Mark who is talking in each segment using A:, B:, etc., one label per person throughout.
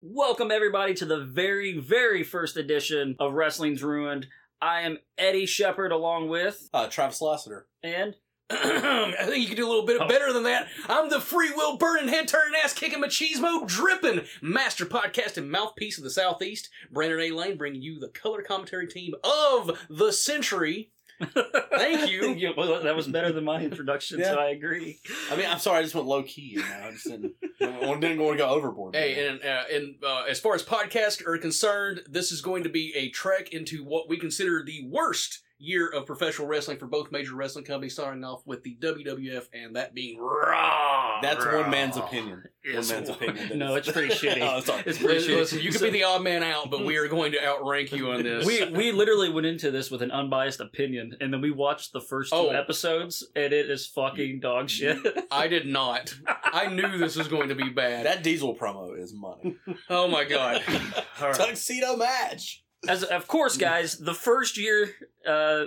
A: Welcome, everybody, to the very, very first edition of Wrestling's Ruined. I am Eddie Shepard, along with
B: Uh, Travis Lassiter.
A: and
B: I think you can do a little bit
A: Oh.
B: better than that. I'm the free will burning, head turning, ass kicking, machismo dripping master podcast and mouthpiece of the southeast. Brandon A. Lane bringing you the color commentary team of the century. Thank you.
A: Yeah, well, that was better than my introduction, so I agree.
C: I mean, I'm sorry, I just went low key. You know, I just didn't, I didn't want to go overboard.
B: Hey, and uh, and uh, as far as podcasts are concerned, this is going to be a trek into what we consider the worst year of professional wrestling for both major wrestling companies, starting off with the WWF, and that being Raw.
C: that's
B: Raw.
C: one man's opinion.
B: Yes.
C: one man's opinion. that
A: No,
C: is-
A: it's pretty shitty.
C: oh, sorry.
A: It's pretty
B: Listen,
A: shitty.
B: listen, you could be the odd man out, but we are going to outrank you on this.
A: we we literally went into this with an unbiased opinion, and then we watched the first two
B: Oh.
A: episodes, and it is fucking dog shit.
B: I did not. I knew this was going to be bad.
C: that diesel promo is money.
B: Oh my god.
C: Tuxedo match.
A: As of course, guys, the first year uh,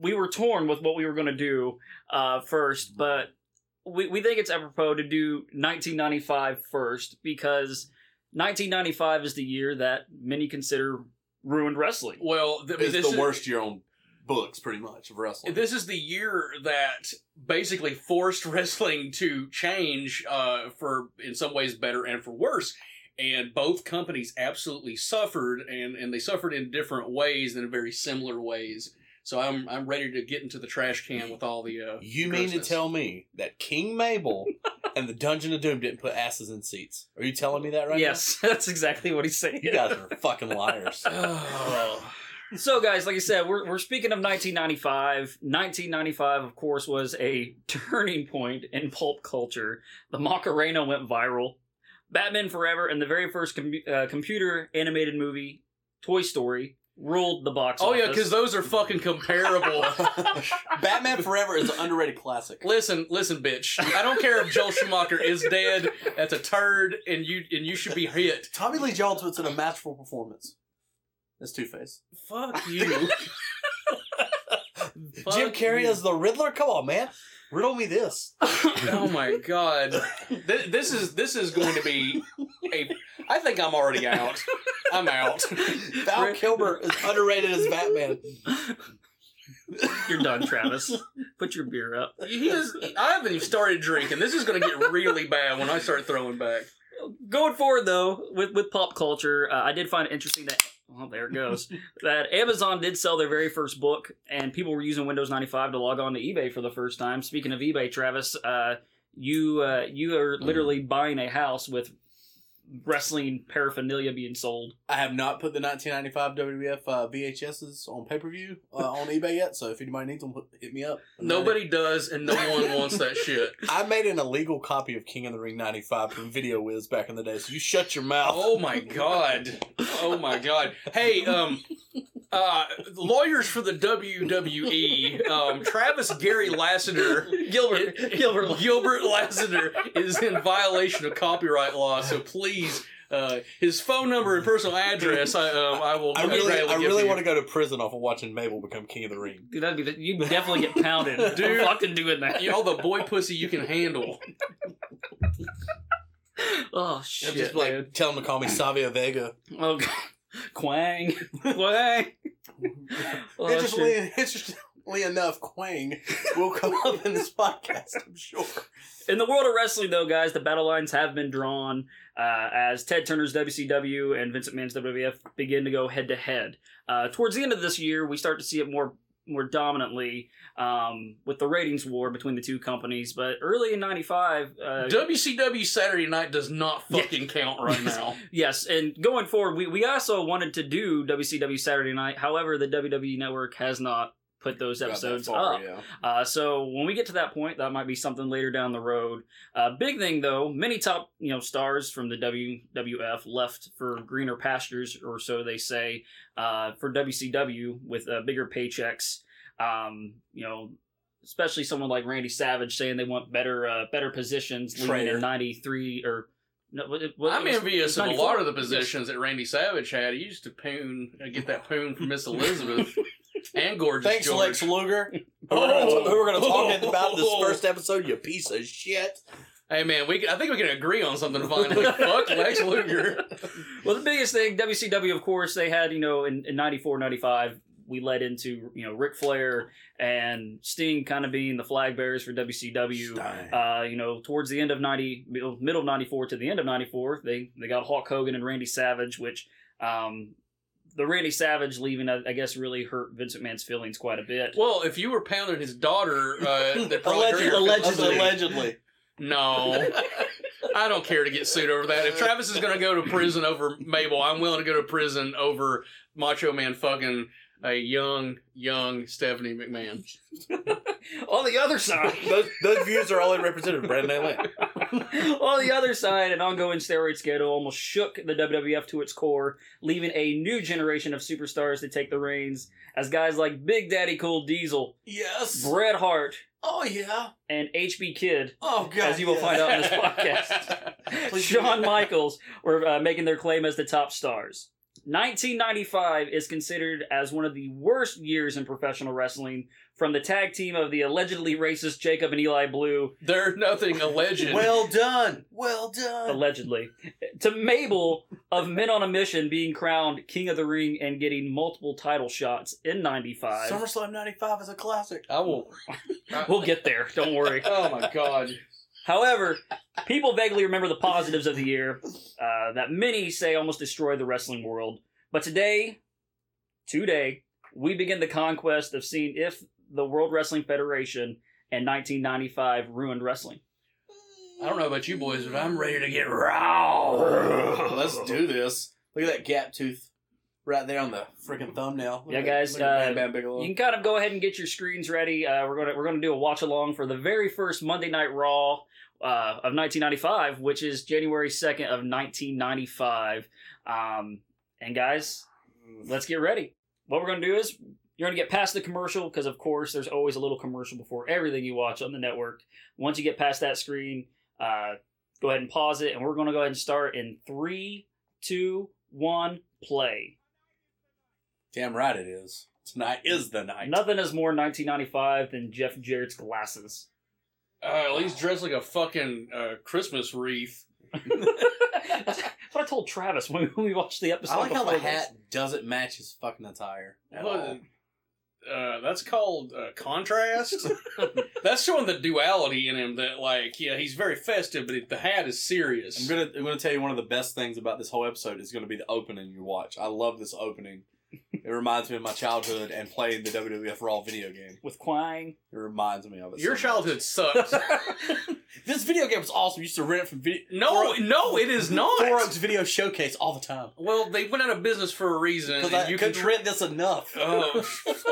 A: we were torn with what we were going to do uh, first, but we we think it's apropos to do 1995 first because 1995 is the year that many consider ruined wrestling.
B: Well, th- I mean,
C: It's
B: this
C: the
B: is,
C: worst year on books, pretty much, of wrestling.
B: This is the year that basically forced wrestling to change uh, for, in some ways, better and for worse. And both companies absolutely suffered, and, and they suffered in different ways and in very similar ways. So I'm I'm ready to get into the trash can with all the. Uh,
C: you mean to
B: grossness.
C: tell me that King Mabel and the Dungeon of Doom didn't put asses in seats? Are you telling me that right
A: yes, that's exactly what he's saying.
C: now? You guys are fucking liars.
B: Oh.
A: So, guys, like I said, we're, we're speaking of 1995. 1995, of course, was a turning point in pulp culture. The Macarena went viral. Batman Forever and the very first com- uh, computer animated movie, Toy Story, ruled the box
B: Oh
A: office.
B: yeah, because those are fucking comparable.
C: Batman Forever is an underrated classic.
B: listen, listen, bitch. I don't care if Joel Schumacher is dead. That's a turd, and you and you should be hit.
C: Tommy Lee Jones puts in a matchful performance. That's Two Face.
B: Fuck you. Fuck
C: Jim Carrey
B: you.
C: as the Riddler. Come on, man. Riddle me this.
B: Oh my god. Th- this is this is going to be a. I think I'm already out. I'm out.
C: Val Kilmer is underrated as Batman.
A: You're done, Travis. Put your beer up.
B: He is. I haven't even started drinking. This is going to get really bad when I start throwing back.
A: Going forward, though, with, with pop culture, uh, I did find it interesting that. Well, there it goes. that Amazon did sell their very first book, and people were using Windows 95 to log on to eBay for the first time. Speaking of eBay, Travis, uh, you uh, you are
C: Mm.
A: literally buying a house with wrestling paraphernalia being sold.
C: I have not put the 1995 WWF uh, VHSs on pay per view uh, on eBay yet. So if anybody needs them, hit me up. I'm ready.
B: Nobody does, and no one wants that shit.
C: I made an illegal copy of King of the Ring '95 from Video Wiz back in the day. So you shut your mouth.
B: Oh my god. Oh my god. Hey, um uh lawyers for the WWE, um Travis Gary Lassiter
A: Gilbert, Gilbert,
B: Gilbert Lassiter is in violation of copyright law, so please uh, his phone number and personal address, I, um, I will.
C: I really,
B: gladly
C: I
B: give
C: really
B: you.
C: want to go to prison off of watching Mabel become King of the Ring.
A: Dude, that'd be the, you'd definitely get pounded.
B: Dude.
A: I'm fucking doing that.
B: You- all the boy pussy you can handle.
A: Oh
C: I'm
A: shit,
C: just like
A: dude.
C: tell him to call me Savio Vega.
A: Oh, God. Quang, Quang. Oh, shit.
C: interestingly, interestingly enough, Quang will come up in this podcast, I'm sure.
A: In the world of wrestling, though, guys, the battle lines have been drawn uh, as Ted Turner's WCW and Vincent Mann's WWF begin to go head to head. Towards the end of this year, we start to see it more more dominantly um, with the ratings war between the two companies. But early in '95, uh,
B: WCW Saturday Night does not
A: Yeah.
B: fucking count right now.
A: yes, and going forward, we, we also wanted to do WCW Saturday Night. However, the WWE Network has not put those episodes up. Uh, so when we get to that point, that might be something later down the road. Uh, big thing though, many top you know stars from the WWF left for greener pastures, or so they say, uh, for WCW with uh, bigger paychecks. Um, you know, especially someone like Randy Savage saying they want better uh, better positions. Leaving
C: Traitor.
A: in '93 or no, what, what-
B: I'm
A: it was- it
B: envious
A: was
B: of a
A: 94.
B: lot of the positions that Randy Savage had. He used to poon, uh, get that poon from Miss Elizabeth and Gorgeous
C: Thanks,
B: George.
C: Lex Luger. Who we're gonna- who we're going to
B: Oh.
C: talk about in this first episode, you piece of shit.
B: Hey man, we can, I think we can agree on something finally. Fuck Lex Luger.
A: Well, the biggest thing, WCW, of course, they had, you know, in, in 94, 95, we led into, you know, Ric Flair and Sting kind of being the flag bearers for WCW.
C: Stein.
A: Uh, you know, towards the end of 90, middle, middle of 94 to the end of 94, they, they got Hulk Hogan and Randy Savage, which um, the Randy Savage leaving, I, I guess, really hurt Vince McMahon's feelings quite a bit.
B: Well, if you were pounding his daughter,
C: Hmm,
B: uh, that probably
C: Alleged-
B: triggered-
C: allegedly, allegedly.
B: No, I don't care to get sued over that. If Travis is going to go to prison over Mabel, I'm willing to go to prison over Macho Man fucking a young, young Stephanie McMahon.
A: On the other side,
C: those, those views are all represented. Brandon and Lynn.
A: On the other side, an ongoing steroid scandal almost shook the WWF to its core, leaving a new generation of superstars to take the reins as guys like Big Daddy Cool Diesel,
C: Yes.
A: Bret Hart,
C: Oh yeah.
A: and HB Kidd,
C: Oh god.
A: As you will
C: yes.
A: find out in this podcast.
C: Please do
A: Shawn
C: that.
A: Michaels were uh, making their claim as the top stars. 1995 is considered as one of the worst years in professional wrestling from the tag team of the allegedly racist Jacob and Eli Blue
B: They're nothing alleged.
C: Well done. Well done.
A: allegedly, to Mabel of Men on a Mission being crowned King of the Ring and getting multiple title shots in '95.
C: SummerSlam '95 is a classic.
B: I will.
A: We'll get there, don't worry.
B: Oh my god.
A: However, people vaguely remember the positives of the year uh, that many say almost destroyed the wrestling world. But today, today, we begin the conquest of seeing if the World Wrestling Federation in 1995 ruined wrestling.
B: I don't know about you boys, but I'm ready to get raw.
C: Let's do this. Look at that gap tooth right there on the freaking thumbnail. Look
A: Yeah,
C: at-
A: guys,
C: look at
A: uh,
C: Bam Bam Bigelow.
A: You can kind of go ahead and get your screens ready. Uh, we're gonna we're gonna do a watch along for the very first Monday Night Raw uh, of 1995, which is January 2nd of 1995. Um, and guys, let's get ready. What we're gonna do is you're gonna get past the commercial because of course there's always a little commercial before everything you watch on the network. Once you get past that screen, uh, go ahead and pause it, and we're gonna go ahead and start in three, two, one, play.
C: Damn right it is. Tonight is the night.
A: Nothing is more 1995 than Jeff Jarrett's glasses.
B: Uh, at least dress like a fucking uh, Christmas wreath.
A: That's what I told Travis when we watched the episode.
C: I like how the
A: before this.
C: hat doesn't match his fucking attire. at all.
B: Well, Uh, that's called uh, contrast. that's showing the duality in him. That like, yeah, he's very festive, but the hat is serious.
C: I'm gonna I'm gonna tell you one of the best things about this whole episode is gonna be the opening you watch. I love this opening. It reminds me of my childhood and playing the WWF Raw video game.
A: with Quang.
C: It reminds me of it.
B: Your
C: so much.
B: childhood sucked.
C: this video game was awesome. You used to rent it from video.
B: no,
C: Four-
B: no, it is
C: Four
B: not.
C: Oaks Video Showcase all the time
B: Well, they went out of business for a reason.
C: because
B: and
C: I
B: you
C: couldn't
B: can.
C: rent this enough.
B: oh,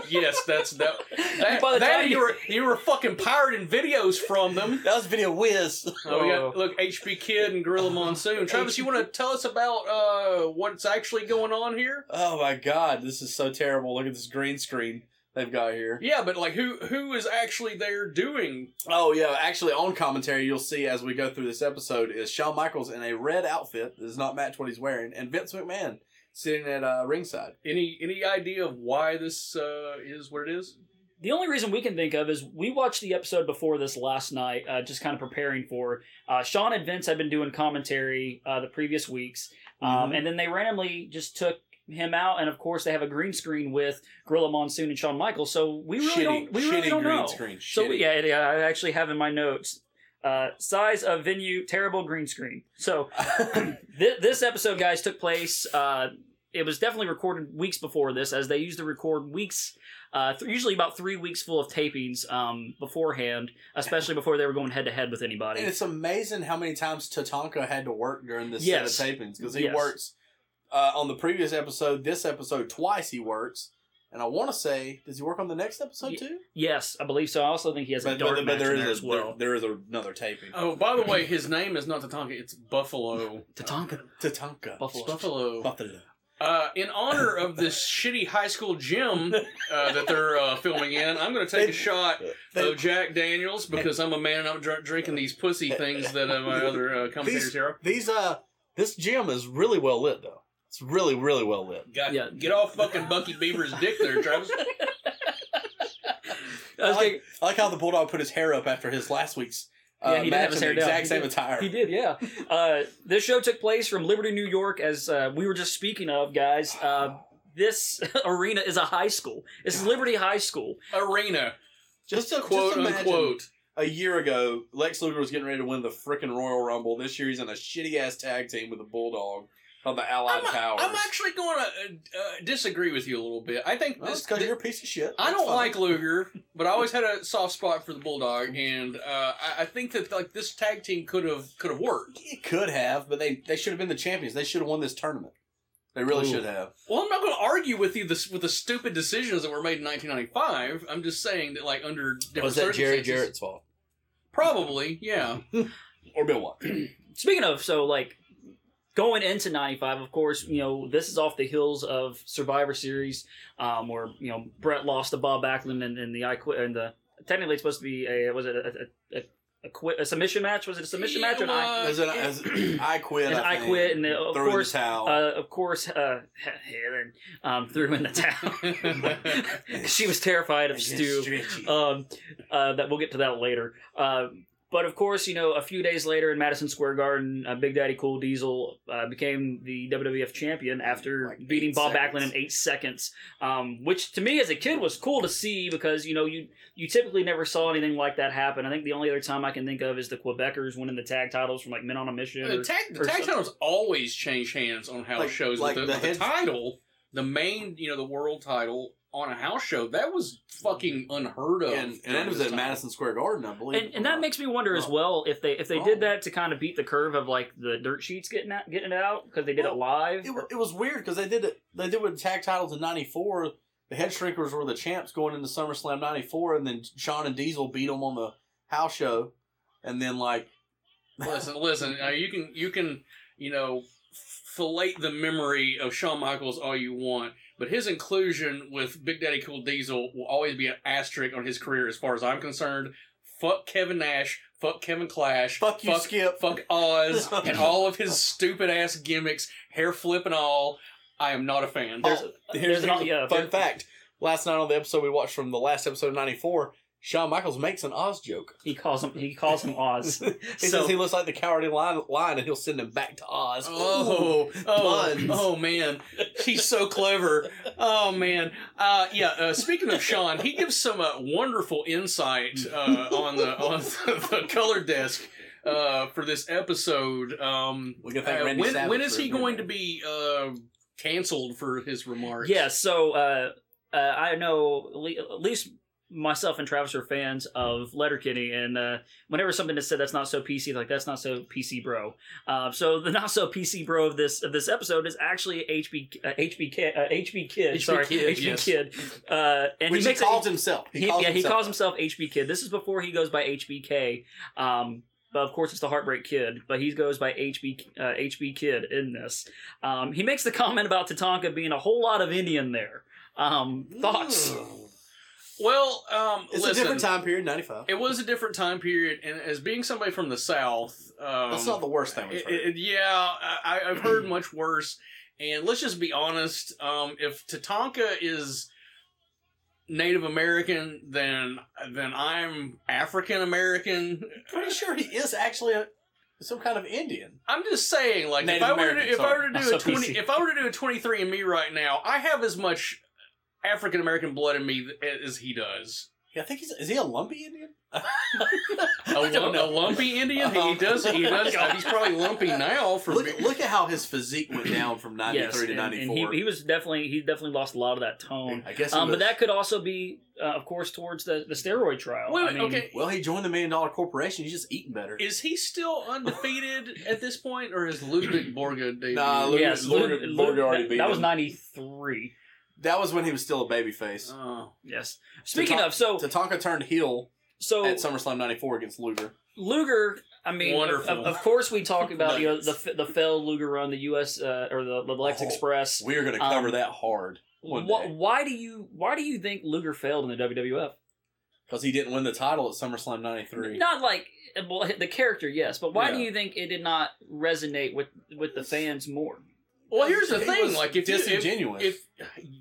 B: yes, that's that. That,
A: By the
B: that
A: time
B: you
A: you-
B: were you were fucking pirating videos from them.
C: That was Video Whiz.
B: Oh, we
A: Oh.
B: got look HB Kid and Gorilla Monsoon. Travis, you want to tell us about uh, what's actually going on here?
C: Oh my god, this is so terrible. Look at this green screen they've got here.
B: Yeah, but like who who is actually there doing?
C: Oh yeah, actually on commentary you'll see as we go through this episode is Shawn Michaels in a red outfit that does not match what he's wearing, and Vince McMahon sitting at uh, ringside.
B: Any any idea of why this uh, is what it is?
A: The only reason we can think of is we watched the episode before this last night, uh, just kind of preparing for. Uh, Sean and Vince had been doing commentary uh, the previous weeks, um,
C: Mhm.
A: and then they randomly just took him out, and of course they have a green screen with Gorilla Monsoon and Shawn Michaels. So we really don't, we really don't know.
C: screen.
A: So
C: shitty.
A: yeah, yeah, I actually have in my notes uh, size of venue, terrible green screen. So th- this episode, guys, took place. Uh, it was definitely recorded weeks before this, as they used to record weeks, uh, th- usually about three weeks full of tapings um, beforehand, especially before they were going head to head with
C: and
A: anybody.
C: it's amazing how many times Tatanka had to work during this
A: Yes.
C: set of tapings because he
A: Yes.
C: works uh, on the previous episode, this episode twice he works, and I want to say, does he work on the next episode
A: Ye-
C: too?
A: Yes, I believe so. I also think he has a dark match in there
C: a-
A: as well.
C: there, there is another taping.
B: Oh, by the way, his name is not Tatanka; it's Buffalo.
A: Tatanka
C: Tatanka.
A: Buffalo.
B: Buffalo.
C: Buffalo.
B: Uh, in honor of this shitty high school gym uh, that they're uh, filming in, I'm going to take a shot
C: They-
B: of Jack Daniels because I'm a man and I'm dr- drinking these pussy things that uh, my other uh, commentators here are.
C: These uh, this gym is really well lit though. It's really really well lit.
B: God,
A: Yeah.
B: get off fucking Bucky Beaver's dick there, Travis.
A: I was
C: I like, I like how the bulldog put his hair up after his last week's Uh,
A: Yeah, he did have
C: match
A: his
C: in
A: hair
C: the
A: down.
C: exact
A: He
C: same
A: did.
C: attire.
A: He did, yeah. Uh, this show took place from Liberty, New York, as uh, we were just speaking of, guys. Uh, this arena is a high school. This is Liberty High School.
B: Arena,
C: Just to
B: quote
C: just imagine,
B: unquote.
C: A year ago, Lex Luger was getting ready to win the frickin' Royal Rumble. This year, he's in a shitty ass tag team with the Bulldog called the Allied
B: I'm,
C: Powers.
B: I'm actually going to uh, disagree with you a little bit. I think
C: Well,
B: this.
C: it's 'cause you're a piece of shit.
B: I
C: That's
B: don't
C: fine.
B: like Luger, but I always had a soft spot for the Bulldog, and uh, I, I think that like this tag team could have could have worked.
C: It could have, but they they should have been the champions. They should have won this tournament. They really
B: Ooh.
C: should have.
B: Well, I'm not going to argue with you this, with the stupid decisions that were made in 1995. I'm just saying that like under different
D: Was that Jerry
B: circumstances-
D: Jarrett's fault?
B: Probably, yeah.
C: Or Bill Watts.
A: Speaking of, so like going into 95 of course you know this is off the heels of survivor series um where you know brett lost to bob backlund and, and the i quit and the technically it's supposed to be a was it a a, a, a, quit, a submission match was it a submission
B: Yeah,
A: match or not
B: well,
C: As in, as I quit.
A: As I
C: think.
A: quit, and the- of
C: Threw uh, in the
A: course,
C: towel.
A: uh, of course uh helen um threw in the towel she was terrified of stu um, uh, that we'll get to that later. Uh, but of course, you know, a few days later in Madison Square Garden, uh, Big Daddy Cool Diesel uh, became the WWF champion after
C: Like eight
A: beating Bob
C: seconds.
A: Backlund in eight seconds, um, which to me as a kid was cool to see because you know you you typically never saw anything like that happen. I think the only other time I can think of is the Quebecers winning the tag titles from like Men on a Mission.
B: The
A: Or,
B: tag, the
A: or
B: tag
A: something.
B: titles always change hands on house
C: Like-
B: shows.
C: like
B: with
C: the
B: the, with the
C: heads-
B: title, the main, you know, the world title on a house show, that was fucking unheard of.
C: and, and it was
B: during
C: at
B: this time.
C: Madison Square Garden, I believe.
A: and, and that makes me wonder as well if they if they
C: Oh.
A: did that to kind of beat the curve of like the dirt sheets getting out, getting it out because they did it live.
C: it, wa- it was weird because they did it. They did with tag titles in '94. The Head Shrinkers were the champs going into SummerSlam '94, and then Sean and Diesel beat them on the house show, and then like
B: listen, listen. Uh, you can you can you know fillet the memory of Shawn Michaels all you want, but his inclusion with Big Daddy Cool Diesel will always be an asterisk on his career, as far as I'm concerned. Fuck Kevin Nash. Fuck Kevin Clash.
C: fuck you, Skip.
B: fuck Oz, and all of his stupid ass gimmicks, hair flip and all. I am not a fan.
A: There's-
C: Oh, Here's,
A: There's an-
C: here's a
A: yeah,
C: fun
A: there-
C: fact. Last night on the episode we watched from the last episode of '94, Shawn Michaels makes an Oz joke.
A: He calls him. He calls him Oz.
C: He
A: so
C: says he looks like the cowardly lion, lion, and he'll send him back to Oz.
B: Oh, oh,
C: puns.
B: oh man, he's so clever. Oh man, uh, yeah. Uh, speaking of Sean, he gives some uh, wonderful insight uh, on the on the, the color desk uh, for this episode. Um,
C: We can thank Randy
B: when,
C: Savage
B: when is
C: for
B: he
C: doing
B: going
C: that.
B: to be uh, canceled for his remarks?
A: yeah. So uh, uh, I know le- at least myself and Travis are fans of Letterkenny, and uh, whenever something is said that's not so PC, like that's not so PC, bro. Uh, so the not so PC bro of this of this episode is actually HB uh, HBK uh, HB kid.
B: HB
A: sorry,
B: Kid,
A: HB
B: yes.
A: kid. Uh, and he
C: Which he
A: makes it-
C: calls himself.
A: he, yeah, he calls himself HB Kid. This is before he goes by HBK. Um, but of course, it's the Heartbreak Kid. But he goes by HB uh, HB Kid in this. Um, he makes the comment about Tatanka being a whole lot of Indian there. Um, thoughts?
B: Well, um,
C: It's a
B: listen,
C: different time period, '95.
B: It was a different time period, and as being somebody from the South, um,
C: That's not the worst thing we've
B: it-
C: heard.
B: it- yeah, I, I've heard much worse. And let's just be honest: um, if Tatanka is Native American, then then I'm African American.
C: pretty sure he is actually a, some kind of Indian.
B: I'm just saying, like
C: Native
B: if I were
C: American,
B: to, if I
C: sorry.
B: were to
A: That's
B: do a
A: so PC.
B: twenty, if I were to do a twenty three and me right now, I have as much African American blood in me as he does.
C: Yeah, I think he's is he a lumpy Indian?
B: A, lum- a lumpy Indian,
C: Uh-huh.
B: he does. He does. he's probably lumpy now for
C: Look,
B: me.
C: look at how his physique went down from '93
A: yes,
C: to
A: and, and
C: '94.
A: he, he was definitely he definitely lost a lot of that tone.
C: I guess. he
A: Um, but
C: was-
A: that could also be, uh, of course, towards the, the steroid trial.
B: Wait,
A: I mean,
B: okay.
C: well, he joined the Million Dollar Corporation. He's just eating better.
B: Is he still undefeated at this point, or is Ludwig Borga debuted?
C: Nah, Lud-
A: yes, Lud-
C: Lud-
A: Lud-
C: Lud already
A: that-
C: beat
A: that
C: him.
A: was ninety three.
C: that was when he was still a
A: Uh,
C: babyface.
B: Oh.
A: Yes. Speaking
C: Tatanka-
A: of, so
C: Tatanka turned heel
A: so
C: at SummerSlam '94 against Luger.
A: Luger, I mean, of,
B: Wonderful.
A: of of course we talk about you know the f- the failed Luger run, the U.S. Uh, or the, the Lex
C: Oh,
A: Express.
C: We are going to
A: Um,
C: cover that hard one
A: Wh-
C: day
A: why do you why do you think Luger failed in the WWF?
C: because he didn't win the title at SummerSlam '93.
A: Not like well, the character, yes, but why do
C: Yeah.
A: you think it did not resonate with with the fans more?
B: Well, here's the
C: It
B: thing:
C: was
B: like if you- if-
C: disingenuous.
B: if,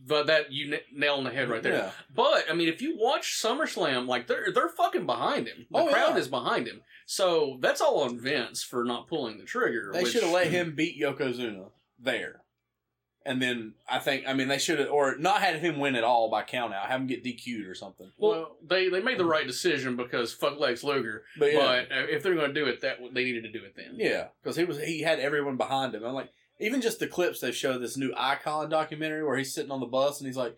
B: but that you n- nail on the head right there.
C: Yeah.
B: But I mean, if you watch SummerSlam, like they're they're fucking behind him. The
C: Oh,
B: crowd
C: yeah.
B: is behind him. So that's all on Vince for not pulling the trigger.
C: They
B: which-
C: should have let him beat Yokozuna there. And then I think I mean they should have or not had him win at all by count out, have him get DQ'd or something.
B: Well, they they made the right decision because fuck Lex Luger.
C: But yeah,
B: But uh, if they're going to do it, that they needed to do it then.
C: yeah, because he was he had everyone behind him. I'm like even just the clips they showed this new icon documentary where he's sitting on the bus and he's like,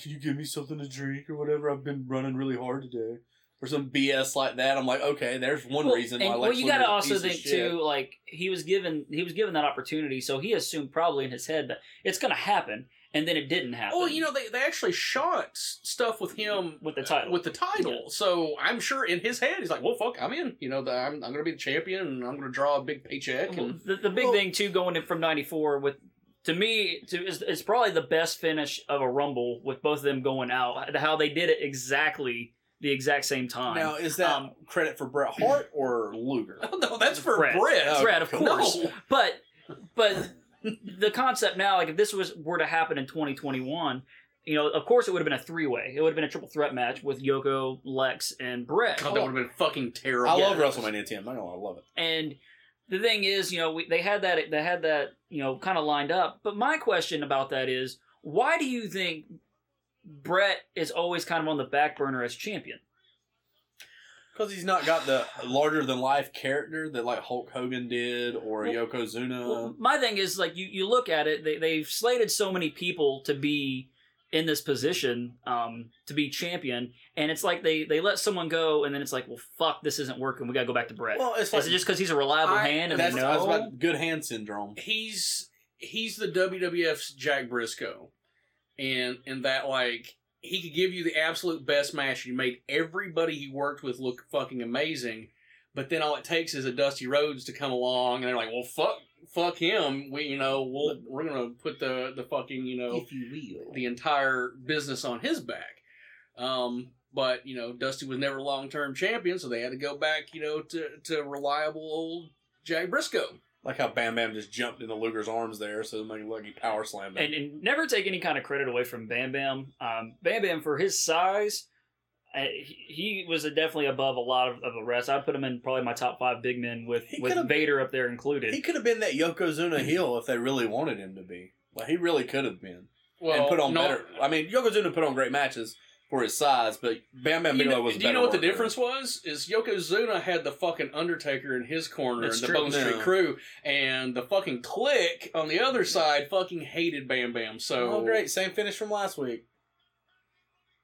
C: "Can you give me something to drink or whatever? I've been running really hard today." Or some BS like that. I'm like, okay, there's one reason why.
A: and,
C: Lex
A: well, you got
C: Luger's
A: to
C: a
A: also
C: piece of
A: think
C: shit.
A: too, like he was given he was given that opportunity, so he assumed probably in his head that it's going to happen, and then it didn't happen.
B: Well, you know they, they actually shot s- stuff with him
A: With the title.
B: with the title. So I'm sure in his head he's like, "Well, fuck, I'm in. You know, the, I'm I'm gonna be the champion and I'm gonna draw a big paycheck."
A: Well,
B: And
A: the, the big
C: Well-
A: thing too, going in from '94 with to me, to is, it's probably the best finish of a rumble with both of them going out. How they did it exactly the exact same time.
C: Now, is that
A: Um,
C: credit for Bret Hart or Luger?
B: no, that's for
A: Brett.
B: Brett.
A: Brett, of course.
B: No.
A: but but the concept now, like if this was were to happen in 2021, you know, of course it would have been a three way. It would have been a triple threat match with Yoko, Lex, and Brett.
B: God, that would have been fucking terrible.
C: I love
A: Yeah.
C: WrestleMania 10. I'm not gonna lie, I love it.
A: And the thing is, you know, we, they had that they had that you know kind of lined up. But my question about that is, why do you think Brett is always kind of on the back burner as champion?
C: Because he's not got the larger than life character that like Hulk Hogan did or
A: Well-
C: Yokozuna.
A: Well, my thing is like you, you look at it they, they've slated so many people to be in this position um, to be champion and it's like they, they let someone go and then it's like well fuck this isn't working we gotta go back to brett
C: well, it's
A: is it just because he's a reliable
B: I-
A: hand and
C: that's,
A: we
C: that's
A: know
C: about good hand syndrome.
B: he's he's the WWF's Jack Briscoe, and and that like he could give you the absolute best match. He made everybody he worked with look fucking amazing, but then all it takes is a Dusty Rhodes to come along, and they're like, well, fuck, fuck him. We you know we'll we're gonna put the the fucking you know
C: you will,
B: the entire business on his back. Um, but you know, Dusty was never long term champion, so they had to go back, you know, to to reliable old Jack Briscoe.
C: like how Bam Bam just jumped into Luger's arms there, so like lucky power slam.
A: and, and never take any kind of credit away from bam bam um, bam bam for his size uh, he he was definitely above a lot of, of the rest. I'd put him in probably my top five big men with,
C: He
A: with
C: could've-
A: Vader up there included.
C: he could have been that Yokozuna heel if they really wanted him to be. Like he really could have been and put on
B: no-
C: better. I mean, Yokozuna put on great matches for his size, but Bam Bam
B: You
C: Bigelow
B: know,
C: was. a
B: do you
C: better
B: know what the
C: worker.
B: difference was? Is Yokozuna had the fucking Undertaker in his corner
A: That's
B: and the
A: true.
B: Bone Street
C: Yeah.
B: Crew, and the fucking Click on the other side fucking hated Bam Bam. So
C: Oh, great! Same finish from last week.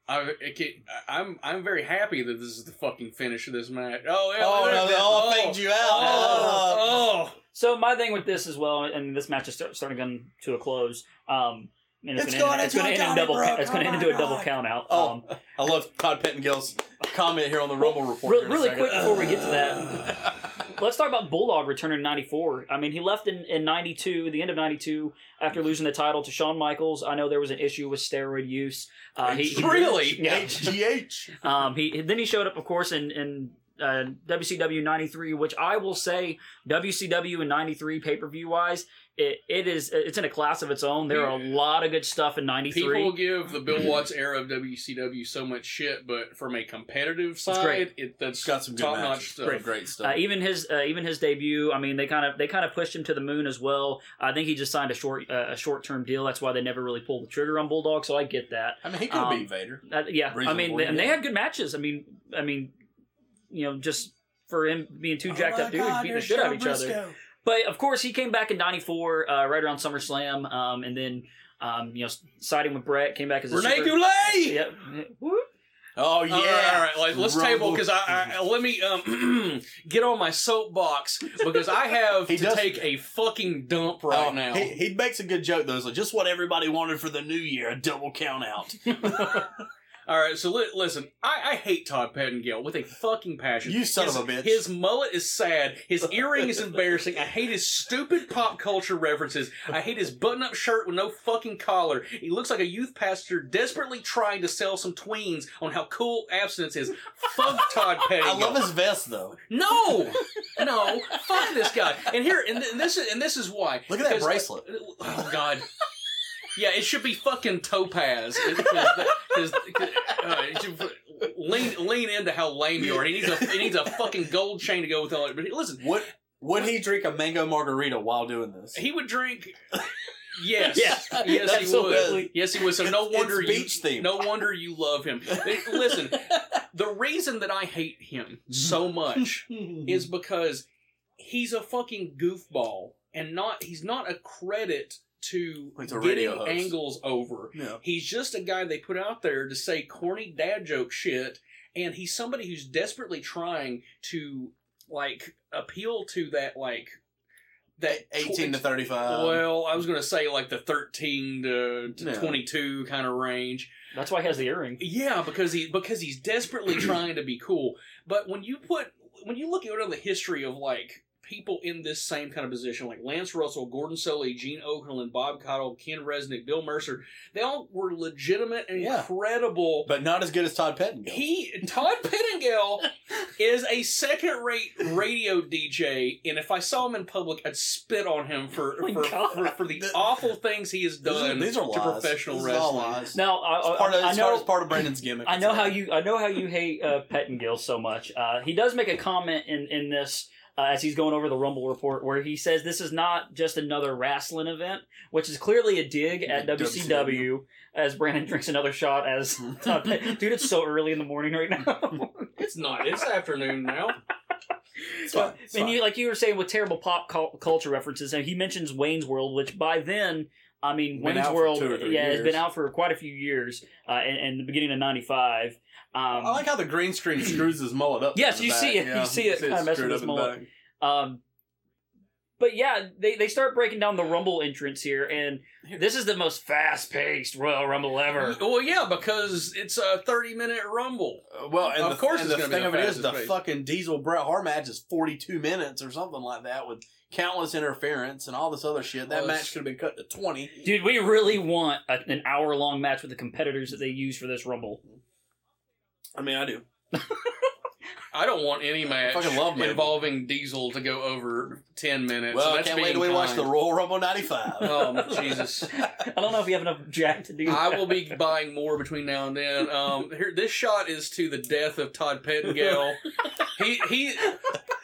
B: I, it can, I'm I'm very happy that this is the fucking finish of this match. Oh, yeah,
C: Oh,
B: look
C: no,
B: at
C: they
B: that.
C: all faked you out.
B: Oh, oh.
A: So my thing with this as well, and this match is start, starting to come to a close. Um, and it's,
C: It's
A: gonna
C: going
A: end, it's
C: into
A: gonna
C: a
A: end in
C: Johnny
A: double.
C: Bravo,
A: It's gonna
C: oh
A: end
C: my
A: into a double
C: God.
A: count out.
C: Oh,
A: Um,
C: I love Todd Pettingill's comment here on the Rumble report.
A: Re-
C: here in a
A: really
C: second.
A: quick before we get to that. let's talk about Bulldog returning in '94. I mean, he left in in '92, the end of '92, after losing the title to Shawn Michaels. I know there was an issue with steroid use. Uh, he, he-
B: Really?
A: Yeah.
C: HGH.
A: Um, he then he showed up, of course, in in uh, WCW '93, which I will say WCW in '93 pay per view wise, it, it is it's in a class of its own. There are a lot of good stuff in
B: People
A: '93.
B: give the Bill Watts era of WCW so much shit, but from a competitive side,
A: great.
B: it that's
C: It's got some good
B: top
C: matches.
B: notch stuff.
C: Great, great
A: Uh,
C: stuff.
A: even his uh, even his debut. I mean, they kind of they kind of pushed him to the moon as well. I think he just signed a short uh, a short term deal. That's why they never really pulled the trigger on Bulldog. So I get that.
C: I mean, he could have
A: um,
C: beat Vader.
A: Uh, yeah, I mean,
C: Reasonable,
A: they, and they
C: yeah.
A: had good matches. I mean, I mean, you know, just for him being
C: Oh
A: two jacked
B: Oh
A: up dudes beating the shit out of each other. But of course, he came back in '94, uh, right around SummerSlam, um, and then um, you know siding with Brett, came back as a
B: Rene
A: super-
B: Goulet.
A: Yep. Whoop.
C: Oh yeah.
B: All right, all right, like, let's
C: Rumble.
B: table because I, I let me um, get on my soapbox because I have
C: He
B: to
C: does-
B: take a fucking dump right
C: Oh,
B: now.
C: He, he makes a good joke though. It's like just what everybody wanted for the new year, a double count out.
B: All right, so li- listen, I-, I hate Todd Pettingill with a fucking passion.
C: You son
B: his,
C: of a bitch.
B: His mullet is sad. His earring is embarrassing. I hate his stupid pop culture references. I hate his button up shirt with no fucking collar. He looks like a youth pastor desperately trying to sell some tweens on how cool abstinence is. Fuck Todd Pettingill.
C: I love his vest though.
B: No, no, fuck this guy. And here, and, th- and this is, and this is why.
C: Look at that
A: uh,
B: Because-
C: bracelet.
B: Oh God. Yeah, it should be fucking topaz. It- 'cause that- 'cause- uh, it should- lean lean into how lame you are. He needs a he needs a fucking gold chain to go with all it. But listen,
C: Would would he drink a mango margarita while doing this?
B: he would drink. Yes,
A: Yeah,
B: yes, he
C: absolutely.
B: would. Yes, he would. So no
C: It's-
B: wonder
C: it's beach
B: you.
C: themed.
B: No wonder you love him. Listen, the reason that I hate him so much is
C: Mm-hmm.
B: because he's a fucking goofball and not he's not a credit to
C: He's a
B: getting
C: radio host.
B: angles over.
C: no.
B: He's just a guy they put out there to say corny dad joke shit, and he's somebody who's desperately trying to like appeal to that like that
C: eighteen to
B: tw-
C: thirty five.
B: well, I was gonna say like the thirteen to, to
C: No.
B: twenty-two kind of range,
A: That's why he has the earring.
B: yeah, because he because he's desperately trying to be cool. But when you put when you look at the history of like people in this same kind of position, like Lance Russell, Gordon Sully, Gene Okerlund, Bob Cottle, Ken Resnick, Bill Mercer, they all were legitimate and
C: Yeah.
B: incredible.
C: but not as good as Todd Pettingill.
B: He Todd Pettingill is a second rate radio DJ, and if I saw him in public, I'd spit on him for
A: Oh my
B: for,
A: God.
B: for, for the
C: Th-
B: awful things he has
C: These are-
B: done
C: these are,
B: to
C: lies.
B: professional
C: This is all
B: wrestling.
C: lies.
A: Now, I,
C: It's part of,
A: uh, I, I
C: it's part, it's
A: know,
C: part of Brandon's gimmick.
A: I know
C: It's
A: how
C: like-
A: you, I know how you hate uh, Pettingill so much. Uh, he does make a comment in in this. Uh, as he's going over the Rumble report, where he says this is not just another wrestling event, which is clearly a dig at WCW. As Brandon drinks another shot, as Todd Pett- dude, it's so early in the morning right now.
B: It's not. It's afternoon now.
C: It's
A: So,
C: fine, it's
A: and
C: fine.
A: you, like you were saying, with terrible pop cul- culture references, and he mentions Wayne's World, which by then, I mean,
C: Been out
A: Wayne's
C: for
A: World,
C: two or three
A: yeah, has
C: years.
A: been out for quite a few years, uh, and, and the beginning of '95. Um,
C: I like how the green screen screws his mullet up.
A: Yes,
C: in the
A: you
C: back.
A: see it. You see it kinda
C: it's
A: messing
C: screwed
A: with his
C: up in the
A: mullet.
C: back.
A: um, but yeah, they, they start breaking down the Rumble entrance here, and this is the most fast paced Royal Rumble ever.
B: Well, yeah, because it's a thirty-minute rumble.
C: Uh, Well, and
B: Of
C: the,
B: course
C: and
B: it's
C: the
B: gonna be
C: thing
B: the
C: of it is
B: fastest
C: the
B: pace.
C: fucking Diesel Bret Hart match is 42 minutes or something like that with countless interference and all this other shit. That
B: Well, it's-
C: match could have been cut to 20.
A: Dude, we really want a, an hour long match with the competitors that they use for this Rumble.
C: I mean, I do.
B: I don't want any match
C: fucking love Mabel.
B: involving Diesel to go over ten minutes.
C: well,
B: and
C: I
B: that's
C: can't wait
B: being
C: till we watch the
B: kind.
C: Royal Rumble 95.
B: Um, Jesus,
A: I don't know if we have enough Jack to do that.
B: I will be buying more between now and then. Um, here, this shot is to the death of Todd Pettingill. he he.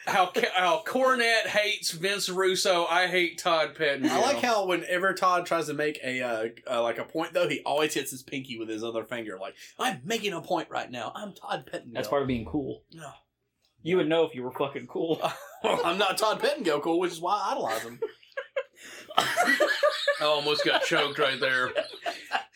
B: How Ca- how Cornette hates Vince Russo. I hate Todd Pettingill.
C: I like how whenever Todd tries to make a uh, uh, like a point though, he always hits his pinky with his other finger. Like I'm making a point right now. I'm Todd Pettingill.
A: That's part of being cool.
C: No. Uh,
A: You would know if you were fucking cool.
C: I'm not Todd Pettingill, cool, which is why I idolize him.
B: I almost got choked right there.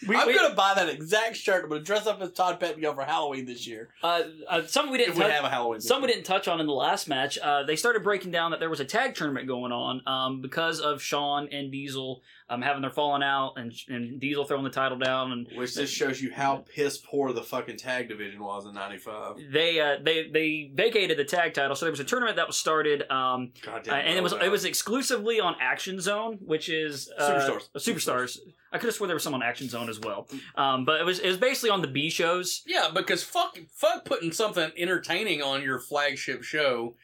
A: We,
C: I'm
A: we-
C: gonna buy that exact shirt. I'm gonna dress up as Todd Pettingill for Halloween this year.
A: uh, uh, something we didn't
C: If we
A: touch,
C: have a Halloween, this
A: something we
C: year.
A: didn't touch on in the last match. Uh, they started breaking down that there was a tag tournament going on um, because of Sean and Diesel um, having their falling out and and Diesel throwing the title down and
C: Which just shows you how piss poor the fucking tag division was in '95.
A: they uh, they they vacated the tag title. So there was a tournament that was started um,
C: God
A: uh, and it was it was exclusively on Action Zone, which is uh,
C: Superstars. Mm.
A: Superstars. I could have sworn there was some on Action Zone as well, um, but it was it was basically on the B shows.
B: Yeah, because fuck, fuck putting something entertaining on your flagship show.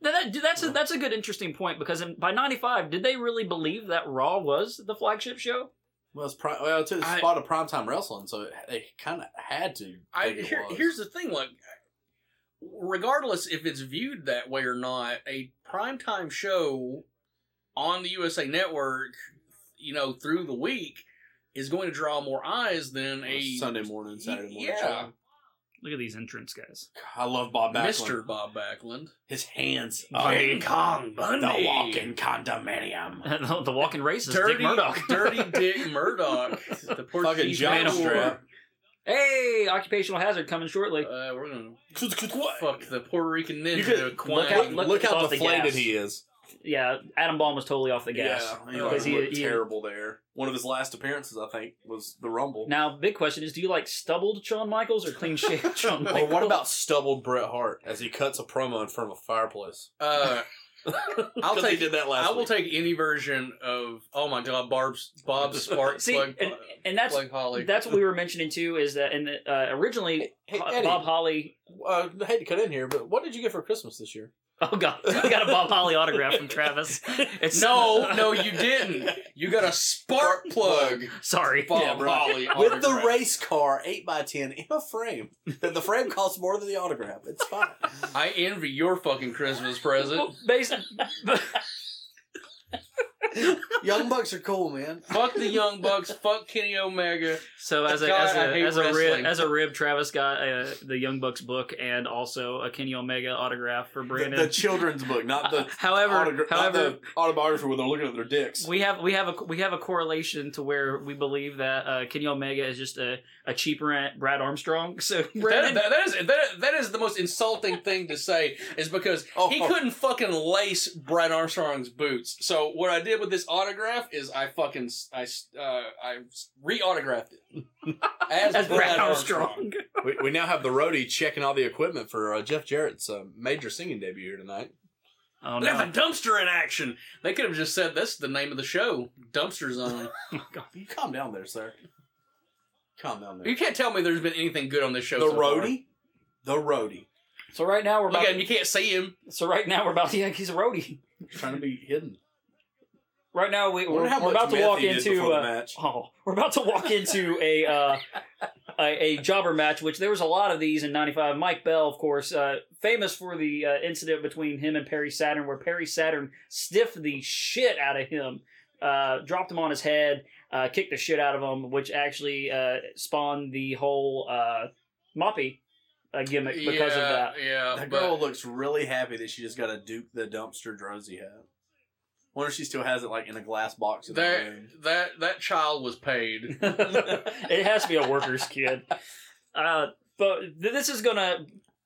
A: Now that, dude, that's a, that's a good interesting point because in, by '95, did they really believe that Raw was the flagship show?
C: well, it's pri- well, it took the
B: I-
C: spot of primetime wrestling, so it, they kind of had to.
B: I
C: think it
B: here,
C: was.
B: here's the thing, like, regardless if it's viewed that way or not, a primetime show on the USA Network, you know, through the week is going to draw more eyes than a
C: Sunday morning, Saturday morning.
B: Yeah,
C: show.
A: Look at these entrance guys.
C: I love Bob Backlund.
B: Mister Bob Backlund.
C: His hands.
A: King
C: Kong
B: Bundy.
C: The walking condominium.
A: the, the walking racist, Dick
B: Dirty,
A: Murdoch.
B: Dirty Dick Murdoch, the
C: Fucking
B: Portuguese
C: jock
B: man of war.
C: strap.
A: Hey, occupational hazard coming shortly.
B: Uh, we're gonna
C: What?
B: fuck the Puerto Rican ninja.
C: You could-
B: Quine.
A: Look out-
C: Look, look how
A: off the
C: deflated
A: gas.
C: he is.
A: yeah, Adam Baum was totally off the gas
C: Yeah, he, like,
A: because he,
C: looked
A: he-
C: terrible there. One of his last appearances, I think, was the Rumble.
A: Now, big question is: Do you like stubbled Shawn Michaels or clean shaved Shawn
C: Or
A: Michaels?
C: what about stubbled Bret Hart as he cuts a promo in front of a fireplace?
B: Uh, I'll
C: 'Cause he
B: take
C: did that last.
B: I will
C: week.
B: take any version of. Oh my god, Barb's Bob's Spark
A: See,
B: Plug, uh,
A: and, and that's
B: plug Holly.
A: that's what we were mentioning too. Is that and uh, originally
C: Hey,
A: Ho-
C: Eddie,
A: Bob Holly?
C: uh, I hate to cut in here, but what did you get for Christmas this year?
A: Oh god, I got a Bob Holly autograph from Travis. It's
B: no, no, you didn't. You got a spark plug,
A: sorry.
B: Bob
C: Yeah, right.
B: Holly,
C: With the
B: autograph.
C: race car eight x ten in a frame. That the frame costs more than the autograph. It's fine.
B: I envy your fucking Christmas present.
A: Well, based,
C: Young Bucks are cool, man.
B: fuck the Young Bucks. Fuck Kenny Omega.
A: so as a
B: God,
A: as
B: I
A: a
B: hate
A: as a, rib,
B: wrestling.
A: as a rib, Travis got uh, the Young Bucks book and also a Kenny Omega autograph for
C: The,
A: Brandon.
C: the children's book, not the
A: Uh, however,
C: autogra- not
A: however,
C: the autobiography where they're looking at their dicks.
A: We have we have a we have a correlation to where we believe that uh, Kenny Omega is just a, a cheaper at Brad Armstrong. So
B: That,
A: Brandon,
B: that, that is that, that is the most insulting thing to say is because
C: Oh.
B: he couldn't fucking lace Brad Armstrong's boots. So what I did with this autograph is I fucking s- I s- uh, I re-autographed it as,
A: that's
B: Brad,
A: Brad
B: Armstrong.
A: Armstrong.
C: we, we now have the roadie checking all the equipment for uh, Jeff Jarrett's uh, major singing debut here tonight.
A: Oh
B: They have
A: no!
B: a dumpster in action. They could have just said that's the name of the show, Dumpster Zone.
C: You calm down there, sir. Calm down
B: you can't tell me there's been anything good on this show.
C: The
B: so far.
C: roadie? The roadie.
A: So right now we're
B: Look
A: about
B: at him. You can't see him.
A: so right now we're about to yeah he's a roadie.
C: Trying to be hidden.
A: Right now we
C: I
A: we're,
C: wonder how
A: we're
C: much
A: about to
C: meth
A: walk
C: he did
A: into
C: before the
A: uh,
C: match.
A: oh we're about to walk into a. Uh, a, a jobber match, which there was a lot of these in '95. Mike Bell, of course, uh, famous for the uh, incident between him and Perry Saturn, where Perry Saturn stiffed the shit out of him, uh, dropped him on his head, uh, kicked the shit out of him, which actually uh, spawned the whole uh, Moppy uh, gimmick because
B: yeah,
A: of that.
B: Yeah,
C: That
B: uh, but-
C: girl looks really happy that she just got a Duke the Dumpster Drozy hat. Wonder if she still has it like in a glass box in the
B: That
C: room.
B: that that child was paid.
A: it has to be a worker's kid. Uh, but th- this is gonna,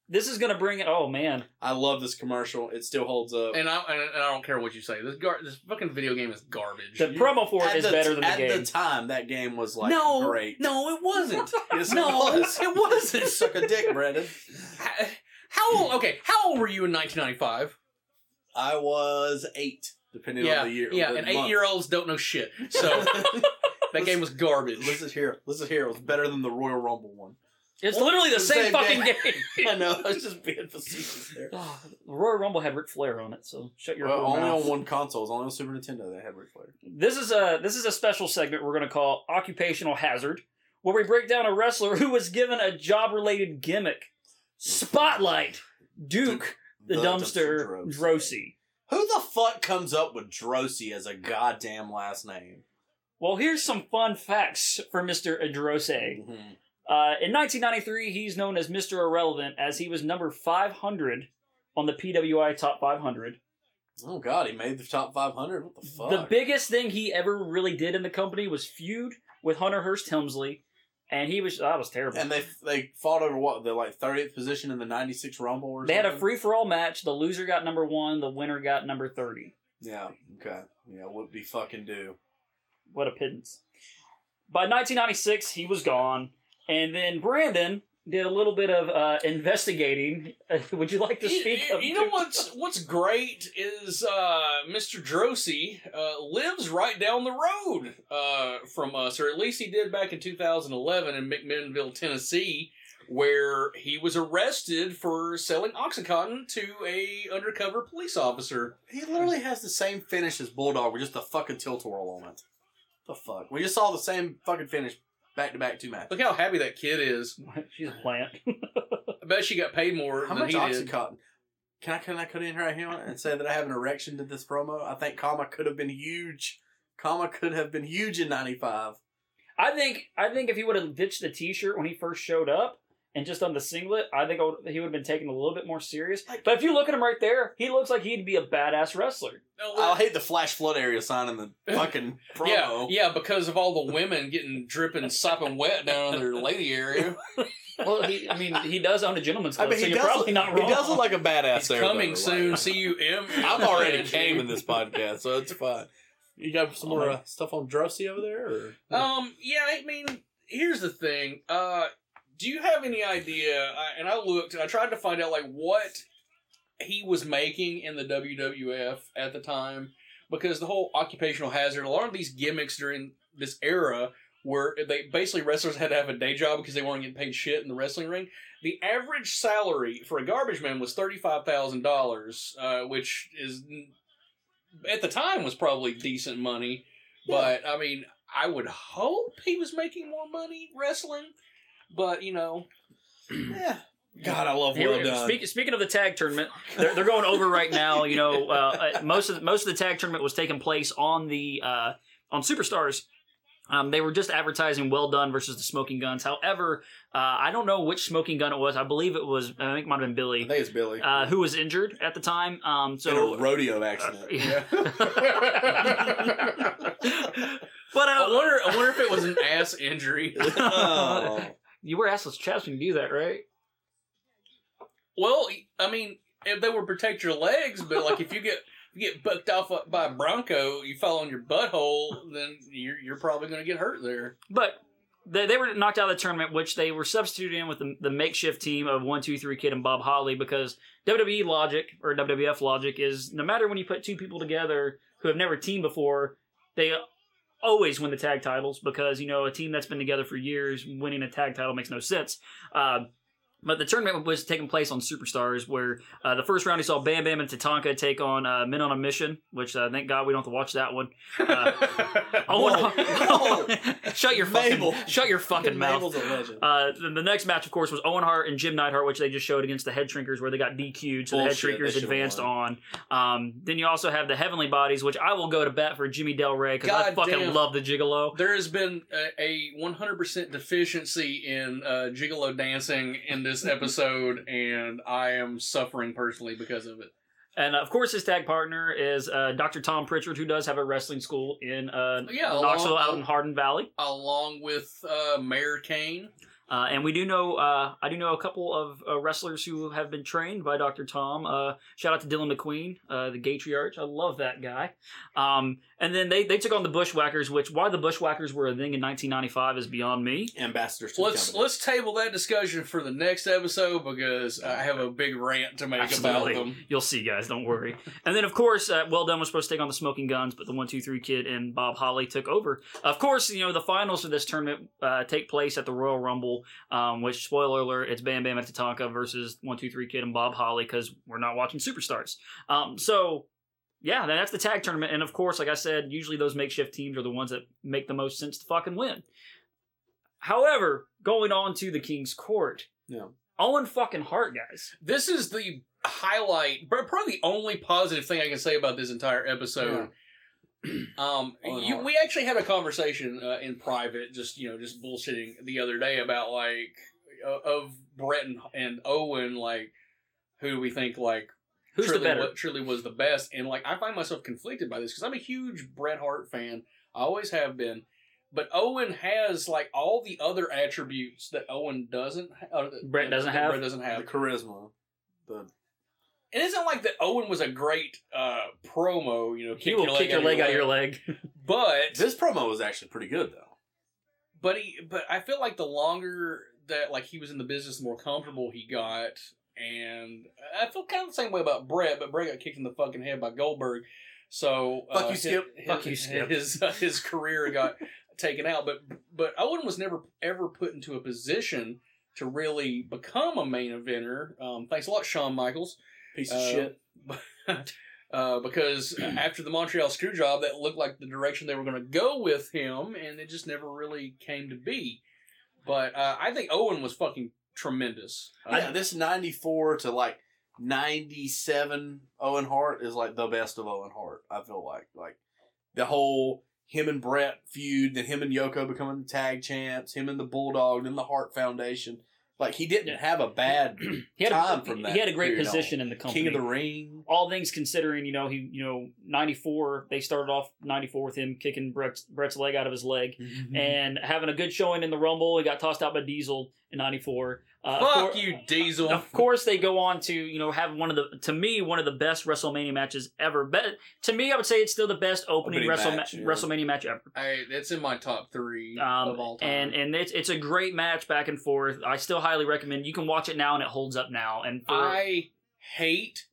A: this is gonna bring it. Oh man,
C: I love this commercial. It still holds up.
B: And I and I don't care what you say. This gar- this fucking video game is garbage.
A: the promo for it is better than the
C: at
A: game.
C: the time, that game was like
B: No.
C: great.
B: no, it wasn't.
C: Yes,
B: no,
C: it was.
B: it wasn't.
C: Suck a dick, Brandon.
B: how, how old? Okay, how old were you in 1995?
C: I was eight, depending
B: yeah,
C: on the year.
B: yeah.
C: the
B: And eight
C: month.
B: year olds don't know shit. So that game was garbage.
C: Listen here. Listen here. It was better than the Royal Rumble one.
A: It's literally the
C: It's
A: same,
C: the same
A: fucking game.
C: I know. I was just being facetious there.
A: Oh, Royal Rumble had Ric Flair on it, so shut your
C: Well,
A: whole
C: only
A: mouth.
C: on one console. It was only on Super Nintendo they had Ric Flair.
A: This is a this is a special segment we're going to call Occupational Hazard, where we break down a wrestler who was given a job related gimmick. Spotlight Duke the, Dumpster, Drosy.
C: Who the fuck comes up with Drosy as a goddamn last name?
A: Well, here's some fun facts for Mr. Adrose.
C: Mm-hmm.
A: Uh, in 1993, he's known as Mr. Irrelevant as he was number 500 on the PWI Top 500.
C: Oh god, he made the top 500. What the fuck?
A: The biggest thing he ever really did in the company was feud with Hunter Hearst Helmsley, and he was that was terrible.
C: and they they fought over what the like 30th position in the 96 Rumble or
A: they had a
C: something?
A: free for all match. The loser got number one. The winner got number thirty.
C: Yeah, okay. Yeah, what be fucking do?
A: What a pittance! By 1996, he was gone, and then Brandon did a little bit of uh, investigating. would you like to
B: You,
A: speak? of
B: you know what's what's great is uh, Mr. Drosy uh, lives right down the road uh, from us, or at least he did back in 2011 in McMinnville, Tennessee, where he was arrested for selling OxyContin to a undercover police officer.
C: He literally has the same finish as Bulldog with just the fucking tilt whirl on it. The fuck? We just saw the same fucking finish back to back two matches.
B: Look how happy that kid is.
A: She's a plant.
B: I bet she got paid more
C: How
B: than
C: much
B: he did.
C: Oxycontin? Can I can I cut in right here and say that I have an erection to this promo? I think comma could have been huge. Comma could have been huge in '95.
A: I think I think if he would have ditched the T-shirt when he first showed up and just done the singlet, I think I would- he would have been taken a little bit more serious. But if you look at him right there, he looks like he'd be a badass wrestler.
B: No,
C: I hate the flash flood area sign in the fucking
B: yeah,
C: promo.
B: yeah, because of all the women getting dripping, sopping wet down in their lady area.
A: Well, he, I mean, he does own a gentleman's club,
D: I mean,
A: so
D: he
A: you're
D: does,
A: probably not wrong.
D: he does look like a badass
B: It's
D: there.
B: coming
D: though,
B: soon.
D: like-
B: C U M.
D: I've already came in this podcast, so it's fine. You got some more
A: Oh,
C: Uh-huh.
D: uh, stuff on Drusy over there? Or?
B: Um. Yeah. I mean, here's the thing. Uh, do you have any idea? I, and I looked and I tried to find out like what he was making in the WWF at the time, because the whole occupational hazard, a lot of these gimmicks during this era were they basically wrestlers had to have a day job because they weren't getting paid shit in the wrestling ring. The average salary for a garbage man was thirty five thousand uh, dollars, which is at the time was probably decent money. But I mean, I would hope he was making more money wrestling, but you know,
C: Yeah. God, I love
A: Here we
C: well
A: go.
C: done.
A: Speak, speaking of the tag tournament, they're, they're going over right now. You know, uh, uh, most of the, most of the tag tournament was taking place on the uh, on Superstars. Um, they were just advertising "Well Done" versus the Smoking Guns. However, uh, I don't know which Smoking Gun it was. I believe it was. I think it might have been
C: I
A: Billy,
C: think it's Billy.
A: uh, who was injured at the time. Um, so uh,
C: in a rodeo accident.
A: Yeah. but
B: I
A: uh,
B: wonder. I wonder if it was an ass injury.
C: Oh.
A: you wear assless chaps when you do that, right?
B: Well, I mean, if they would protect your legs, but like if you get if you get bucked off uh, by a bronco, you fall on your butthole, then you're you're probably going to get hurt there.
A: But they, they were knocked out of the tournament, which they were substituted in with the, the makeshift team of one, two, three kid and Bob Holly because WWE logic or WWF logic is no matter when you put two people together who have never teamed before, they always win the tag titles because you know a team that's been together for years winning a tag title makes no sense. Uh, but the tournament was taking place on Superstars, where uh, the first round you saw Bam Bam and Tatanka take on uh, Men on a Mission, which uh, thank God we don't have to watch that one. Uh, Oh,
C: Whoa.
A: no. shut your fucking
C: Mabel.
A: shut your fucking mouth.
C: Mabel's a legend.
A: Uh, then the next match, of course, was Owen Hart and Jim Neidhart, which they just showed against the Head Shrinkers, where they got DQ'd. So the
C: Bullshit,
A: Head
C: they
A: Shrinkers
C: should've
A: advanced on. Um, then you also have the Heavenly Bodies, which I will go to bat for Jimmy Del Rey because I
B: God
A: fucking
B: damn.
A: love the Gigolo.
B: There has been a, a 100% deficiency in uh, gigolo dancing in this episode, and I am suffering personally because of it.
A: And uh, of course, his tag partner is uh, Dr. Tom Pritchard, who does have a wrestling school in uh,
B: Yeah,
A: Knoxville,
B: along-
A: out in Hardin Valley.
B: Along with uh, Mayor Kane.
A: Uh, and we do know, uh, I do know a couple of uh, wrestlers who have been trained by Dr. Tom. Uh, shout out to Dylan McQueen, uh, the Gatriarch. I love that guy. Um, and then they, they took on the Bushwhackers, which why the Bushwhackers were a thing in 1995 is beyond me.
C: Ambassadors. To the
B: Let's
C: company.
B: let's table that discussion for the next episode because I have a big rant to make
A: Absolutely.
B: about them.
A: You'll see, guys, don't worry. And then, of course, uh, Well Done was supposed to take on the Smoking Guns, but the 123 Kid and Bob Holly took over. Of course, you know, the finals of this tournament uh, take place at the Royal Rumble, um, which, spoiler alert, it's Bam Bam and Tatanka versus 123 Kid and Bob Holly because we're not watching Superstars. Um, so, yeah, that's the tag tournament. And, of course, like I said, usually those makeshift teams are the ones that make the most sense to fucking win. However, going on to the King's Court,
C: Yeah.
A: Owen fucking Hart, guys.
B: This is the highlight, but probably the only positive thing I can say about this entire episode. Um,
C: Oh,
B: you,
C: no.
B: we actually had a conversation uh, in private, just you know, just bullshitting the other day about like uh, of Brett and, and Owen, like who do we think like
A: Who's
B: truly,
A: the better?
B: wa- truly was the best. And like I find myself conflicted by this because I'm a huge Bret Hart fan. I always have been. But Owen has like all the other attributes that Owen doesn't. ha- Uh,
A: Brett
B: that-
A: doesn't
B: that
A: have?
B: Brett doesn't have.
C: the charisma. The
B: It isn't like that Owen was a great uh, promo. You know,
A: He will kick your leg out of your leg.
B: But
C: this promo was actually pretty good though.
B: but he but I feel like the longer that like he was in the business, the more comfortable he got, and I feel kind of the same way about Brett. But Brett got kicked in the fucking head by Goldberg, so uh,
C: Fuck you,
B: his-
C: Skip.
B: His,
A: Fuck you, Skip.
B: His uh, his career got taken out, but but Owen was never ever put into a position to really become a main eventer. Um, thanks a lot, Shawn Michaels.
C: Piece
B: Uh, uh, because after the Montreal screw job, that looked like the direction they were going to go with him, and it just never really came to be. But uh, I think Owen was fucking tremendous. Uh,
C: Yeah, this ninety four to like ninety seven Owen Hart is like the best of Owen Hart. I feel like like the whole him and Brett feud, then him and Yoko becoming tag champs, him and the Bulldog, then the Hart Foundation. Like he didn't
A: Yeah.
C: have a bad
A: He had
C: time
A: a,
C: from that.
A: He had a great
C: period on.
A: position in the company.
C: King of the Ring.
A: All things considering, you know, he, you know, ninety four. They started off ninety four with him kicking Brett's, Brett's
B: Mm-hmm.
A: leg out of his leg and having a good showing in the Rumble. He got tossed out by Diesel in ninety four. Uh, of
B: Fuck
A: cour-
B: you, Diesel.
A: Of course, they go on to you know have one of the to me one of the best WrestleMania matches ever. But to me, I would say it's still the best opening
D: Opening
A: Wrestle-
D: match, yeah.
A: WrestleMania match ever.
B: I, that's in my top three of all
A: Um,
B: time.
A: and and it's it's a great match back and forth. I still highly recommend. You can watch it now and it holds up now. And for,
B: I hate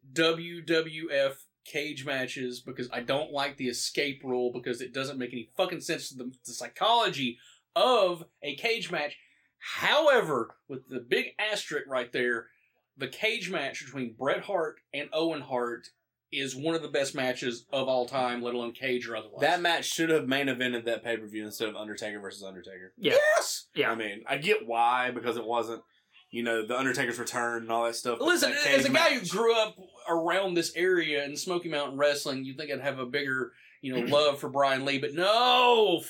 B: WWF cage matches because I don't like the escape rule because it doesn't make any fucking sense to the, the psychology of a cage match. However, with the big asterisk right there, the cage match between Bret Hart and Owen Hart is one of the best matches of all time, let alone cage or otherwise.
C: That match should have main evented that pay per view instead of Undertaker versus Undertaker.
A: yeah,
B: yes.
A: Yeah.
C: I mean, I get why because it wasn't, you know, the Undertaker's return and all that stuff. but
B: Listen,
C: that
B: as
C: cage
B: a guy
C: match-
B: who grew up around this area in Smoky Mountain wrestling, you'd think I'd have a bigger, you know, love for Brian Lee, but no,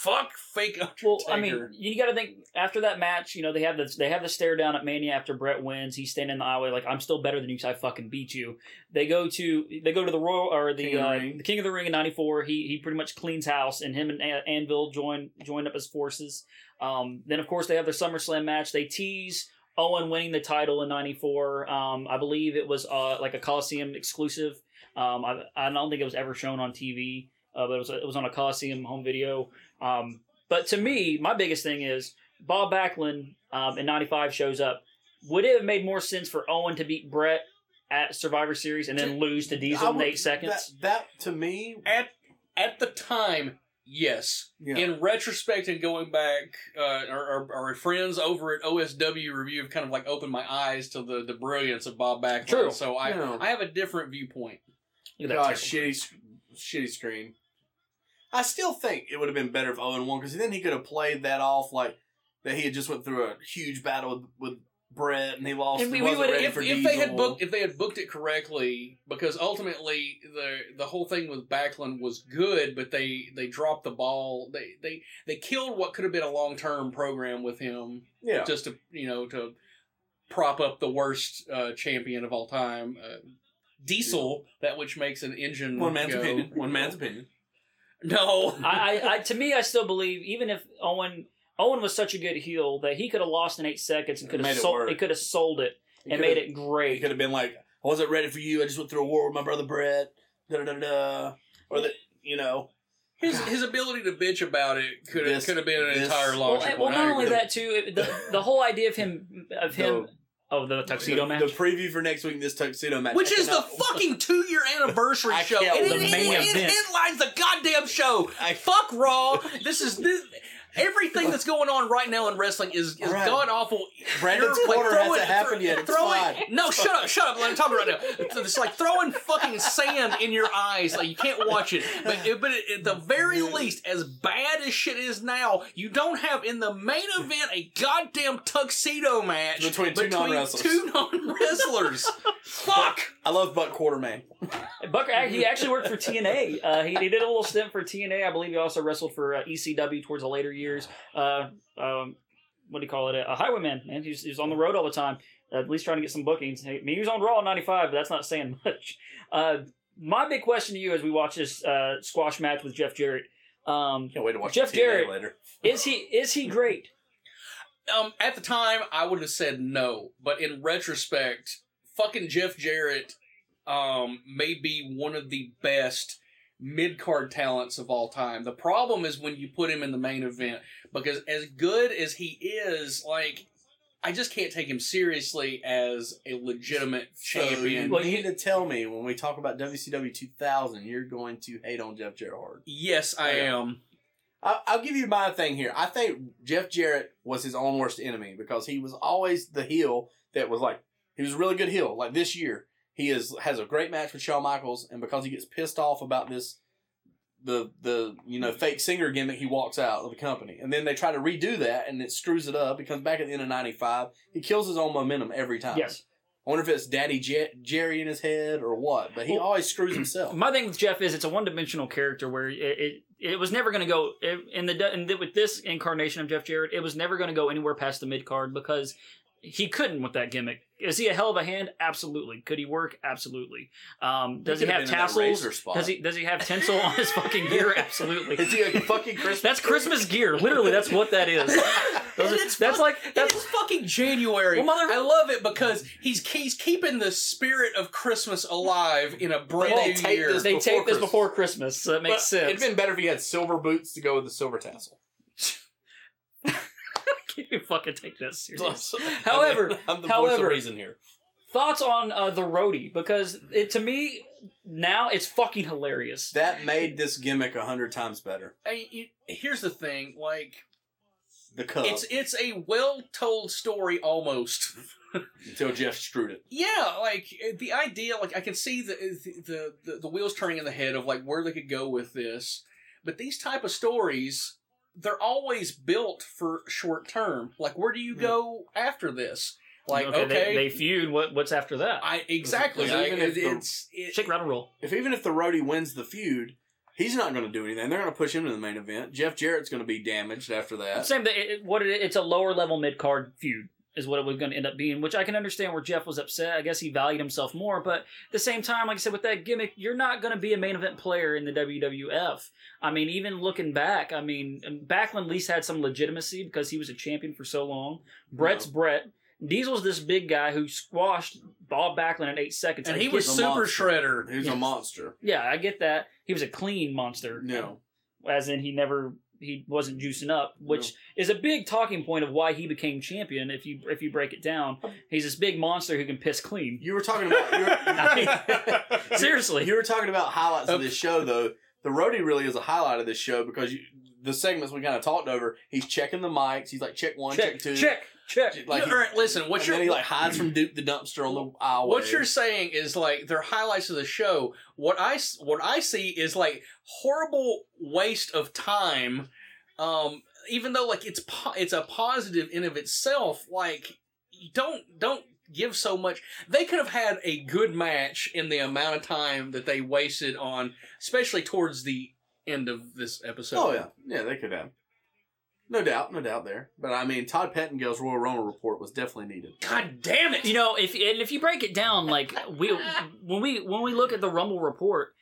B: fuck fake Undertaker.
A: Well, I mean, you got to think after that match. You know, they have the they have the stare down at Mania after Brett wins. He's standing in the aisleway like I'm still better than you because I fucking beat you. They go to they go to the Royal or the
C: King of the
A: uh,
C: Ring.
A: the King of the Ring in '94. He he pretty much cleans house, and him and An- Anvil join join up as forces. Um, then of course they have their SummerSlam match. They tease. Owen winning the title in '94. Um, I believe it was uh, like a Coliseum exclusive. Um, I, I don't think it was ever shown on TV, uh, but it was, it was on a Coliseum home video. Um, but to me, my biggest thing is Bob Backlund um, in '95 shows up. Would it have made more sense for Owen to beat Brett at Survivor Series and then lose to
C: I
A: Diesel in
C: would-
A: eight seconds?
C: That, that to me,
B: at at the time, yes.
C: yeah.
B: In retrospect and going back, uh, our, our, our friends over at OSW review have kind of like opened my eyes to the, the brilliance of Bob Backlund.
A: True.
B: So I
C: Yeah.
B: I have a different viewpoint.
A: Look at that
C: God,
A: tackle.
C: shitty, sc- shitty screen. I still think it would have been better if oh Owen won because then he could have played that off like that he had just went through a huge battle with, with Brett and he lost.
A: And
C: And
A: we- we
C: we, wasn't
A: would-
C: ready
B: if,
C: for
B: if they had
C: Diesel.
B: booked if they had booked it correctly because ultimately the the whole thing with Backlund was good but they they dropped the ball they they they killed what could have been a long term program with him
C: yeah,
B: just to you know to prop up the worst uh, champion of all time uh, Diesel that which makes an engine
C: one man's
B: go-
C: opinion. One man's opinion.
B: no
A: I, I, I, to me, I still believe even if Owen Owen was such a good heel that he could have lost in eight seconds and
C: It
A: could
C: made
A: have
C: it
A: sold
C: work.
A: he could have sold it
C: He
A: and
C: could
A: made
C: have-
A: it
C: He
A: great.
C: could have been like, "I wasn't ready for you. I just went through a war with my brother Brett." Da da da da. Or that you know,
B: his his ability to bitch about it could have
C: This-
B: could have been an
C: this-
B: entire
A: Well,
B: launch
A: and- well, not only that too, it- the, the whole idea of him of him of the tuxedo
C: the,
A: match.
C: The preview for next week, in this tuxedo match,
B: Which
C: I
B: is the
C: cannot-
B: fucking two year anniversary
C: I
B: show.
C: can't
B: And it,
A: wait.
B: it,
A: The main
B: it
A: event.
B: headlines the goddamn show.
C: I-
B: Fuck Raw. This is this. Everything that's going on right now in wrestling is, is
C: Right.
B: god awful.
C: Brandon's
B: You're, like,
C: corner
B: throwing-
C: hasn't happened yet. It's
B: throwing,
C: fine.
B: No, shut up, shut up. I'm talking right now. It's, it's like throwing fucking sand in your eyes. Like you can't watch it. But it, but it, at the very least, as bad as shit is now, you don't have in the main event a goddamn tuxedo match
C: Between two non-wrestlers.
B: Two non wrestlers. Fuck.
C: I love Buck Quarterman.
A: Buck, he actually worked for TNA. Uh, he, he did a little stint for TNA. I believe he also wrestled for uh, ECW towards the later years. Uh, um, what do you call it? A highwayman, man. He was, he was on the road all the time, at least trying to get some bookings. He, I mean, he was on Raw in 95, but that's not saying much. Uh, my big question to you as we watch this uh, squash match with Jeff Jarrett um,
C: Can't wait to watch
A: Jeff
C: TNA
A: Jarrett.
C: later.
A: is he is he great?
B: um, at the time, I would have said no, but in retrospect, fucking Jeff Jarrett um, may be one of the best mid card talents of all time. The problem is when you put him in the main event, because as good as he is, like, I just can't take him seriously as a legitimate champion.
C: So you need to tell me when we talk about WCW 2000, you're going to hate on Jeff Jarrett hard.
B: yes, I am.
C: I- I'll give you my thing here. I think Jeff Jarrett was his own worst enemy because he was always the heel that was like he was a really good heel. Like this year, he is has a great match with Shawn Michaels, and because he gets pissed off about this the the you know fake singer gimmick, he walks out of the company, and then they try to redo that, and it screws it up. He comes back at the end of '95. He kills his own momentum every time.
A: Yes.
C: I wonder if it's Daddy Je- Jerry in his head or what, but he
A: Well,
C: always screws himself.
A: My thing with Jeff is it's a one-dimensional character where it it, it was never going to go in the, in the with this incarnation of Jeff Jarrett. It was never going to go anywhere past the mid card because he couldn't with that gimmick. Is he a hell of a hand? Absolutely. Could he work? Absolutely. Um, does he,
D: could
A: have
D: been in that
A: tassels?
D: razor spot.
A: Does he does he have tinsel on his fucking gear? Absolutely.
D: Is he a fucking Christmas?
A: That's Christmas gear. Literally, that's what that is. Those are-
B: And it's
A: that's
B: fuck-
A: like
B: That's
A: that's
B: fucking January.
A: Well, mother-
B: I love it because he's he's keeping the spirit of Christmas alive in a brand
D: They
B: new
D: tape
B: year.
D: this-
A: they
D: before
A: taped this
D: Christmas.
A: before Christmas, so that makes
D: Well,
A: sense.
D: It'd been better if he had silver boots to go with the silver tassel.
A: Can you fucking take that serious?
D: I'm
A: However,
D: the, I'm the voice
A: however-
D: of reason here.
A: Thoughts on uh, the roadie because it to me now it's fucking hilarious.
C: That made this gimmick a hundred times better.
B: I- you- here's the thing, like
C: The cup
B: it's it's a well told story almost.
C: until Jeff screwed it.
B: Yeah, like uh, the idea, like I can see the the, the the wheels turning in the head of like where they could go with this, but these type of stories, they're always built for short term. Like, where do you
C: Hmm.
B: go after this? Like, okay,
A: They, they feud. What what's after that?
B: I exactly.
C: Because
B: like,
C: even if
B: it-
C: the-
B: it's it-
A: Shake, rattle, roll.
C: If even if the roadie wins the feud, he's not going to do anything. They're going to push him to the main event. Jeff Jarrett's going to be damaged after that.
A: Same. thing. It, it- what it, it's a lower level mid card feud is what it was going to end up being, which I can understand where Jeff was upset. I guess he valued himself more, but at the same time, like I said, with that gimmick, you're not going to be a main event player in the WWF. I mean, even looking back, I mean, back when Least had some legitimacy because he was a champion for so long. Brett's Brett. Diesel's this big guy who squashed Bob Backlund in eight seconds.
B: and
A: I
B: he
A: get-
B: was
C: he's a
B: super
C: monster.
B: shredder.
C: He's
A: Yeah.
C: a monster.
A: yeah, I get that. He was a clean monster
C: No,
A: as in he never he wasn't juicing up, which is a big talking point of why he became champion. If you if you break it down, he's this big monster who can piss clean.
C: you were talking about you were,
A: Seriously,
C: you were talking about highlights of
B: Oops.
C: this show though. The roadie really is a highlight of this show because you, the segments we kind of talked over. He's checking the mics. He's like check one, check,
A: check
C: two,
A: check check.
C: Like he-
B: All right, listen. What
C: and
B: you're
C: then he like hides from Duke the dumpster on the aisle.
B: what you're saying is like they're highlights of the show. What I s- what I see is like horrible waste of time. Um, even though like it's po- it's a positive in of itself. Like you don't don't give so much. They could have had a good match in the amount of time that they wasted on, especially towards the end of this episode.
C: Oh yeah, yeah, they could have. No doubt, no doubt there. But I mean, Todd Pettingill's Royal Rumble report was definitely needed.
B: God damn it!
A: You know, if and if you break it down, like we when we when we look at the Rumble report,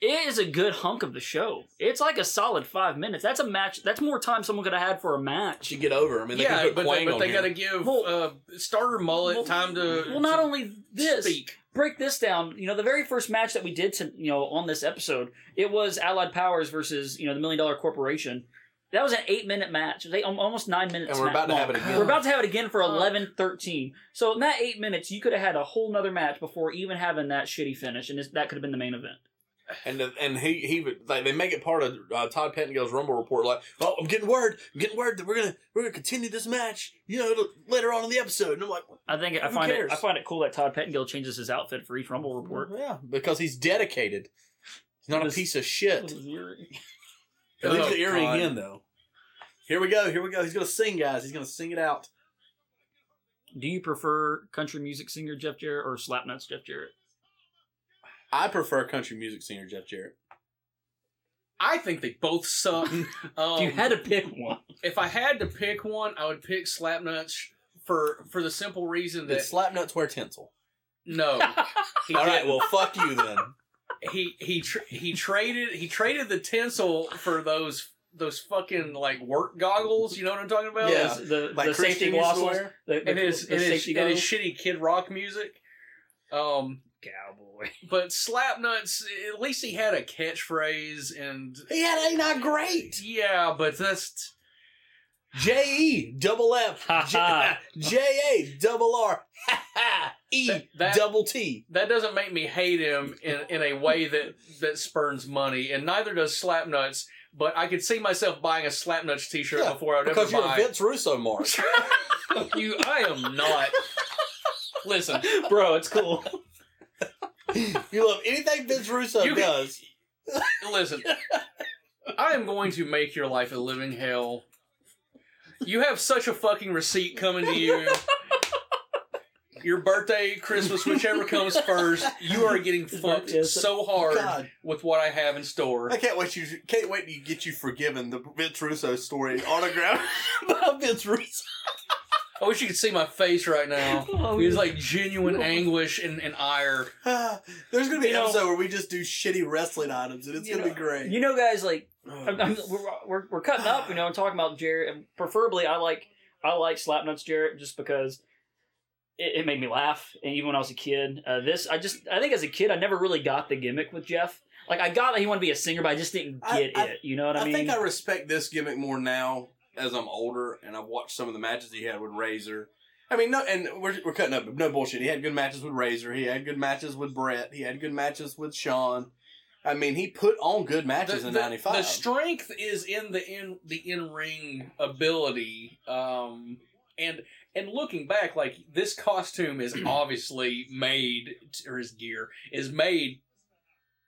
A: it is a good hunk of the show. It's like a solid five minutes. That's a match. That's more time someone could have had for a match.
D: Should get over him, and they
B: yeah,
D: can
B: but
D: put Quang
B: they, but
D: on
B: they
D: here.
B: gotta give
A: Well-
B: uh, starter mullet
A: Well-
B: time to
A: Well, not
B: to
A: only this,
B: speak.
A: break this down. You know, the very first match that we did to you know on this episode, it was Allied Powers versus you know the Million Dollar Corporation. That was an eight minute match. It was eight, al- almost nine minutes.
D: And we're
A: ma-
D: about to
A: long.
D: have it again.
A: We're about to have it again for
B: Fuck.
A: 11 13. So, in that eight minutes, you could have had a whole nother match before even having that shitty finish, and this, that could have been the main event.
D: And the- and he he would- like they make it part of uh, Todd Pettingill's Rumble report. Like, oh, I'm getting word, I'm getting word that we're gonna we're gonna continue this match. You know, it'll- later on in the episode. And I'm like,
A: I think I
D: Who
A: find
D: cares?
A: it I find it cool that Todd Pettingill changes his outfit for each Rumble report.
D: yeah, because he's dedicated. He's not a
A: This-
D: piece of shit.
B: Oh,
D: At least the earring
B: God.
D: in though.
C: Here we go, here we go. He's gonna sing, guys. He's gonna sing it out.
A: Do you prefer country music singer Jeff Jarrett or Slapnuts Jeff Jarrett?
C: I prefer country music singer Jeff Jarrett.
B: I think they both suck. Um,
A: if you had to pick one,
B: if I had to pick one, I would pick Slapnuts for for the simple reason
C: Did
B: that
C: Slapnuts wear tinsel?
B: no, he
D: All right,
B: didn't.
D: well, fuck you then.
B: he he tr he traded he traded the tinsel for those those fucking like work goggles. You know what I'm talking about?
C: Yeah.
A: the,
C: Like
A: the safety
C: Christian used to
A: wassels,
C: wear?
A: the, the,
B: and his
A: the
B: and his,
A: safety
B: and his
A: goggles.
B: shitty Kid Rock music. Um,
A: cowboy.
B: but Slapnuts at least he had a catchphrase and
D: He had ain't I great?
B: yeah, but that's
D: J E double F
A: Ha ha.
D: J A double R ha ha E
B: That- that-
D: double T.
B: that doesn't make me hate him in, in a way that that spurns money, and neither does Slapnuts. But I could see myself buying a Slapnuts T-shirt
D: Yeah,
B: before I would ever
D: Because you're a
B: buy
D: Vince Russo mark.
B: you. I am not. Listen,
A: Bro, it's cool.
D: you love anything Vince Russo
B: You can-
D: does.
B: listen. I am going to make your life a living hell. You have such a fucking receipt coming to you. Your birthday, Christmas, whichever comes first, you are getting fucked
A: Yes.
B: so hard with what I have in store.
C: I can't wait you can't wait to get you forgiven the Vince Russo story autograph.
D: about Vince Russo.
B: I wish you could see my face right now.
A: Oh,
B: It's like genuine anguish and, and ire.
C: There's gonna be
A: You
C: an
A: know-
C: episode where we just do shitty wrestling items, and it's
A: You
C: gonna
A: know-
C: be great.
A: you know, guys, like
C: Oh.
A: I'm, I'm, we're, we're we're cutting up, you know, and talking about Jarrett, and preferably I like I like Slapnuts Jarrett just because it, it made me laugh, and even when I was a kid, uh, this I just I think as a kid I never really got the gimmick with Jeff. Like I got that he wanted to be a singer, but I just didn't
C: I-
A: get
C: I-
A: it. You know what I,
C: I
A: mean?
C: think I respect this gimmick more now as I'm older and I've watched some of the matches he had with Razor. I mean, no, and we're, we're cutting up. No bullshit. He had good matches with Razor. He had good matches with Brett. He had good matches with Sean. I mean, he put on good matches in '95.
B: the strength is in the in the in ring ability, um, and and looking back, like this costume is obviously made or his gear is made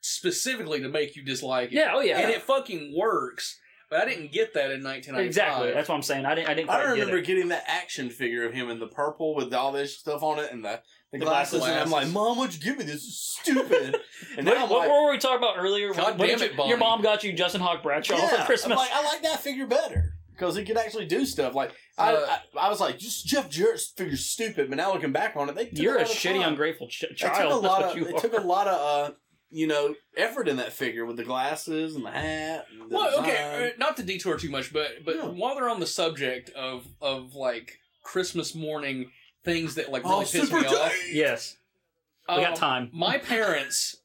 B: specifically to make you dislike it.
A: yeah, oh
B: and
A: yeah,
B: it fucking works. But I didn't get that in 1995.
A: exactly. That's what I'm saying. I didn't I didn't
C: I
A: quite
C: remember
A: get it.
C: getting that action figure of him in the purple with all this stuff on it and the, the,
A: The black
C: glasses, and I'm like,
B: glasses.
C: Mom, what'd you give me? This is stupid. and now
A: what,
C: I'm
A: what
C: like,
A: were we talking about earlier?
B: God
A: What
B: damn
A: did
B: it,
A: you-
B: Bonnie.
A: your mom got you Justin Hawk Bradshaw
C: Yeah,
A: for Christmas.
C: I'm like, I like that figure better because he could actually do stuff. Like I,
B: Uh,
C: I, I was like, just Jeff Jarrett's figure's stupid, but now looking back on it, they took
A: You're
C: a,
A: a
C: lot of
A: shitty,
C: time.
A: ungrateful ch-
C: They took a
A: child.
C: lot
A: That's what
C: of,
A: you
C: they
A: are.
C: took a lot of, uh, you know, effort in that figure with the glasses and the hat. And the
B: Well, okay,
C: design.
B: uh, not to detour too much, but but
C: No.
B: while they're on the subject of of like Christmas morning things that like really
C: oh,
B: piss
C: super
B: me off,
C: tight!
A: Yes, we
B: um,
A: got time.
B: my parents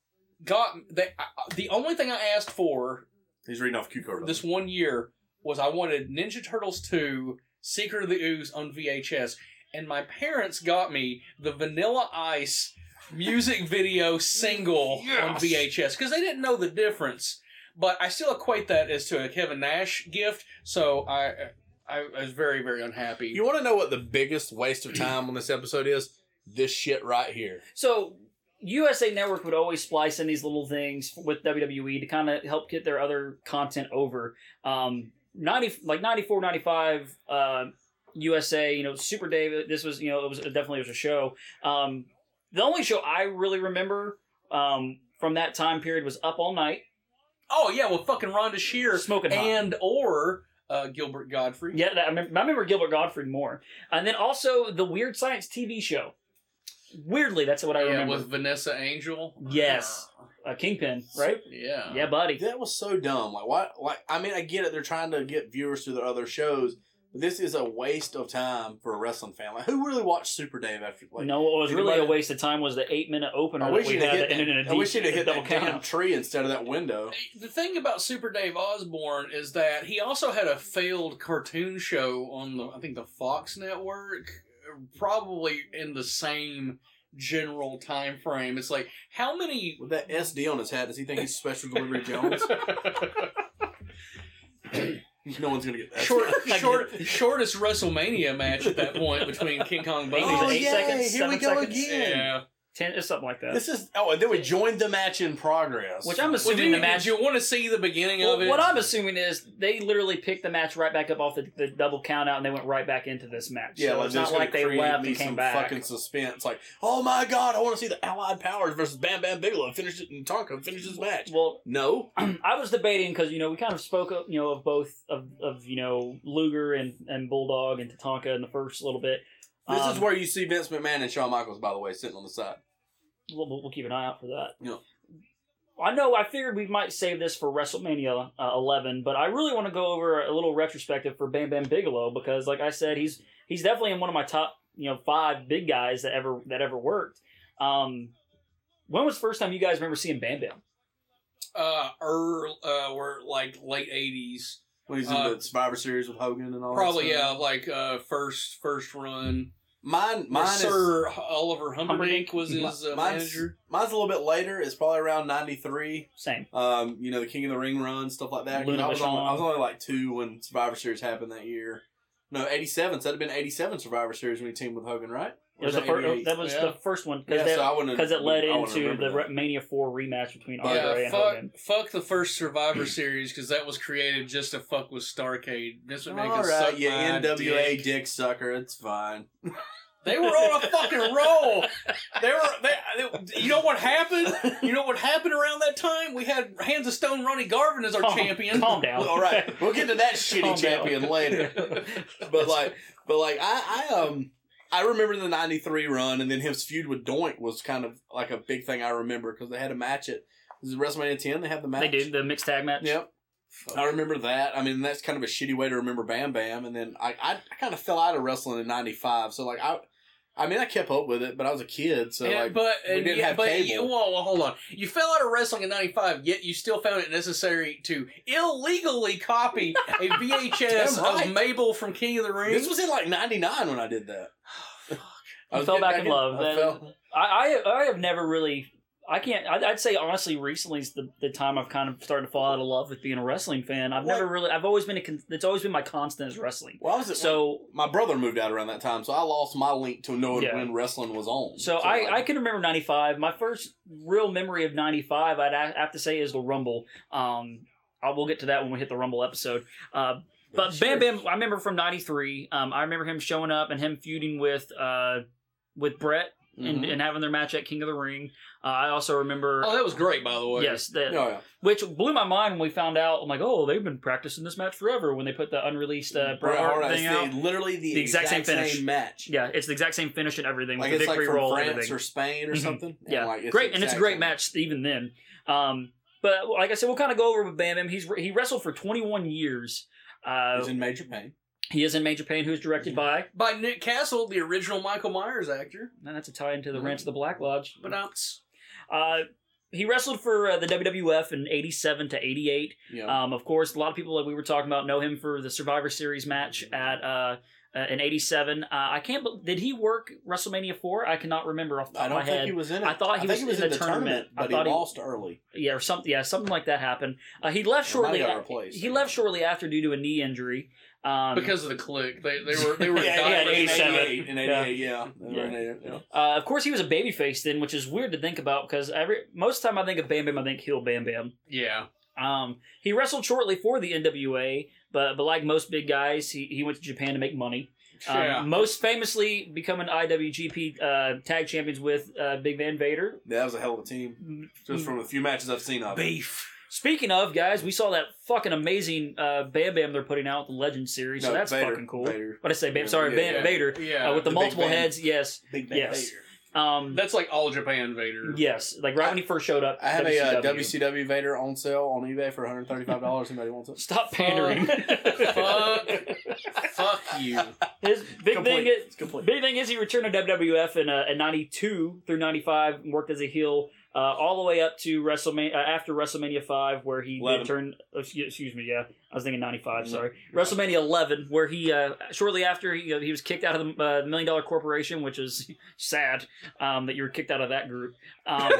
B: got they, I- the only thing I asked for
C: He's reading off cue card.
B: this one year was I wanted Ninja Turtles two Secret of the Ooze on VHS, and my parents got me the Vanilla Ice music video single on
D: Yes.
B: VHS because they didn't know the difference. But I still equate that as to a Kevin Nash gift, so I I, I was very very unhappy.
D: You want to know what the biggest waste of time on this episode is? This shit right here.
A: So USA Network would always splice in these little things with WWE to kind of help get their other content over. Um, 90 like 94 95 uh, USA, you know, Super David, this was, you know, it was it definitely was a show. Um, the only show I really remember um, from that time period was Up All Night,
B: oh yeah, well fucking Rhonda Shear
A: Smoking Hot.
B: and or uh, Gilbert Godfrey.
A: Yeah, that, I, remember, I remember Gilbert Godfrey more. And then also the Weird Science TV show. Weirdly, that's what I
B: Yeah,
A: remember.
B: with Vanessa Angel.
A: Yes. uh, Kingpin, right?
B: Yeah.
A: Yeah, buddy.
C: That was so dumb. Like, why? Like, I mean, I get it. They're trying to get viewers to their other shows, but this is a waste of time for a wrestling fan. Like, who really watched Super Dave after? Like,
A: no, what was
C: think
A: really
C: about
A: a
C: it.
A: waste of time was the eight minute opener
C: I
A: that
C: wish
A: we
C: you'd
A: had
C: have
A: that ended in a
C: hit, I
A: deep-
C: wish you'd have hit
A: double
C: that damn
A: count.
C: tree instead of that window.
B: The thing about Super Dave Osborne is that he also had a failed cartoon show on the I think the Fox network, uh, probably in the same general time frame. It's like how many
C: With that SD on his hat, does he think he's Special Delivery Jones? no one's gonna get that.
B: short, short, shortest WrestleMania match at that point between King Kong Bundy.
A: Oh,
B: and-
A: eight seconds,
C: here we
A: seven
C: go
A: seconds.
C: again.
B: yeah.
A: Ten, it's something like that.
C: This is oh, and then we joined the match in progress,
A: Which I'm
B: Well,
A: assuming
B: dude,
A: the match.
B: did you want to see the beginning
A: well,
B: of it?
A: what I'm assuming is they literally picked the match right back up off the, the double count out and they went right back into this match.
C: yeah,
A: so
C: like,
A: it's not
C: that's
A: like
C: gonna
A: they
C: create
A: left
C: me
A: and
C: some
A: came back.
C: Fucking suspense, like oh my god, I want to see the Allied Powers versus Bam Bam Bigelow finish it and Tonka finish this match.
A: Well,
C: No,
A: I was debating because you know we kind of spoke of, you know of both of, of you know Luger and, and Bulldog and Tatanka in the first little bit.
C: This is
A: Um,
C: where you see Vince McMahon and Shawn Michaels, by the way, sitting on the side.
A: we'll, we'll we'll keep an eye out for that.
C: Yeah.
A: I know. I figured we might save this for WrestleMania uh, 11, but I really want to go over a little retrospective for Bam Bam Bigelow because, like I said, he's he's definitely in one of my top you know five big guys that ever that ever worked. Um, when was the first time you guys remember seeing Bam Bam?
B: uh, early, uh, we're like late '80s.
C: When he's in
B: Uh,
C: the Survivor Series with Hogan and all
B: Probably
C: that
B: yeah,
C: stuff.
B: like uh, first first run.
C: Mine, mine
B: Mine
C: is,
B: Sir Oliver Humperdinck
A: Humperdinck.
B: was
C: mi-
B: his uh,
C: mine's-
B: manager.
C: Mine's a little bit later. It's probably around 93.
A: Same.
C: Um, you know, the King of the Ring run, stuff like that. 'Cause
A: Luna
C: I, was only,
A: Vachon.
C: I was only like two when Survivor Series happened that year. No, 87. So that'd have been 87 Survivor Series when he teamed with Hogan, right?
A: It was the first,
C: 88?
A: that was
B: Yeah.
A: the first one
C: yeah,
A: because
C: so I wouldn't
A: it led
C: I wouldn't
A: into the
C: remember that.
A: Re- Mania 4 rematch between Andre
B: Yeah,
A: and
B: fuck,
A: Hogan.
B: fuck the first Survivor Series because that was created just to fuck with Starcade. This would make
C: All
B: us
C: right,
B: suck
C: yeah,
B: my
C: NWA
B: dick.
C: dick sucker. It's fine.
B: They were on a fucking roll. They were. They, you know what happened? You know what happened around that time? We had Hands of Stone Ronnie Garvin as our
A: Calm-
B: champion.
A: Calm down.
C: All right, we'll get to that shitty
A: Calm down.
C: champion later. But like, but like, I, I um, I remember the '93 run, and then his feud with Doink was kind of like a big thing I remember because they had a match at was it WrestleMania 10. They had the match.
A: They did the mixed tag match.
C: Yep. I remember that. I mean, that's kind of a shitty way to remember Bam Bam. And then I, I, I kind of fell out of wrestling in '95. So like, I, I mean, I kept up with it, but I was a kid, so
B: Yeah,
C: like,
B: but
C: we
B: and
C: didn't
B: yeah,
C: have
B: but
C: cable.
B: You, whoa, whoa, hold on. You fell out of wrestling in '95, yet you still found it necessary to illegally copy a VHS
C: Damn right.
B: of Mabel from King of the Ring.
C: this was in like '99 when I did that. I
A: You
C: was
A: fell
C: getting
A: back in love,
C: I
A: then-
C: fell-
A: I, I I have never really. I can't. I'd, I'd say honestly, recently is the, the time I've kind of started to fall out of love with being a wrestling fan. I've
C: What?
A: never really. I've always been a. con- It's always been my constant is wrestling.
C: Well, I was at
A: So
C: my brother moved out around that time, so I lost my link to knowing
A: Yeah.
C: when wrestling was on.
A: so I I can remember '95. My first real memory of '95, I'd ha- have to say, is the Rumble. Um, I will get to that when we hit the Rumble episode. Uh, But Bam Bam, I remember from '93. Um, I remember him showing up and him feuding with uh, with Brett
C: Mm-hmm.
A: and, and having their match at King of the Ring. Uh, I also remember.
B: oh, that was great, by the way.
A: Yes, that,
C: oh, yeah.
A: which blew my mind when we found out. I'm like, oh, they've been practicing this match forever. When they put the unreleased uh, Bret
C: Bret
A: Hart
C: Hart
A: thing
C: has
A: out,
C: the- literally the,
A: The
C: exact,
A: exact same
C: same,
A: finish.
C: match.
A: yeah, it's the exact same finish and everything with the
C: Like it's like
A: victory
C: from
A: roll and
C: France
A: everything.
C: or Spain or
A: Mhm.
C: something. And,
A: Yeah.
C: like,
A: great,
C: the
A: and it's a
C: exact
A: great
C: same-
A: match even then. Um, but like I said, we'll kind of go over with Bam Bam. He's he wrestled for 21 years. Uh,
C: He's in major pain.
A: he is in Major Pain, who's directed by.
B: By Nick Castle, the original Michael Myers actor.
A: And that's a tie into the Ranch
C: Mm-hmm.
A: of the Black Lodge.
B: But
C: um,
B: outs.
A: Uh, he wrestled for uh, the WWF in 87 to 88.
C: Yeah.
A: Um, of course, a lot of people that we were talking about know him for the Survivor Series match
C: Mm-hmm.
A: at uh, uh, in '87. Uh, I can't. bel did he work WrestleMania four? I cannot remember off the top
C: I
A: of my
C: don't think
A: head.
C: he was in it.
A: I thought he
C: think
A: was in the tournament. I
C: but he
A: thought he-
C: lost early.
A: yeah, or something. Yeah, something like that happened. Uh, he left
C: Or might
A: shortly.
C: have got
A: a-
C: replaced.
A: he left shortly after due to a knee injury. Um,
B: Because of the click. They, they were they were
A: Yeah,
B: dying
A: yeah,
B: for
A: in
B: the
A: 87.
C: In 88, yeah. They were in
A: Yeah.
C: 88, yeah.
A: uh, of course, he was a babyface then, which is weird to think about because every most of the time I think of Bam Bam, I think heel Bam Bam.
B: Yeah.
A: Um, he wrestled shortly for the NWA, but but like most big guys, he, he went to Japan to make money. Um,
B: yeah.
A: Most famously, becoming IWGP uh, tag champions with uh, Big Van Vader.
C: That was a hell of a team. Just from a few matches I've seen of. it.
B: Beef.
A: Speaking of guys, we saw that fucking amazing uh, Bam Bam they're putting out with the Legend series, so
C: No,
A: that's
C: Vader,
A: fucking cool. What
C: Vader.
A: What I say, Bam?
C: Yeah,
A: Sorry,
C: yeah,
A: Van
B: yeah.
A: Vader
B: Yeah.
A: uh, with the,
C: the Big
A: multiple
C: Bang.
A: heads. Yes,
C: Big Bang
A: Yes.
C: Vader.
A: um,
B: That's like all Japan Vader.
A: yes. Like right when he first showed up,
C: I have a uh, WCW Vader on sale on eBay for $135. Anybody wants it?
A: Stop pandering.
B: Fuck. Fuck you.
A: His big
C: Complete.
A: thing is
C: It's complete.
A: Big thing is he returned to WWF in, uh, in 92 through 95 and worked as a heel uh, all the way up to WrestleMania, uh, after WrestleMania 5 where he
C: Eleven.
A: did turn, excuse, excuse me, yeah, I was thinking 95,
B: Mm-hmm.
A: sorry. WrestleMania 11 where he, uh, shortly after he, he was kicked out of the uh, Million Dollar Corporation, which is sad um, that you were kicked out of that group. Um,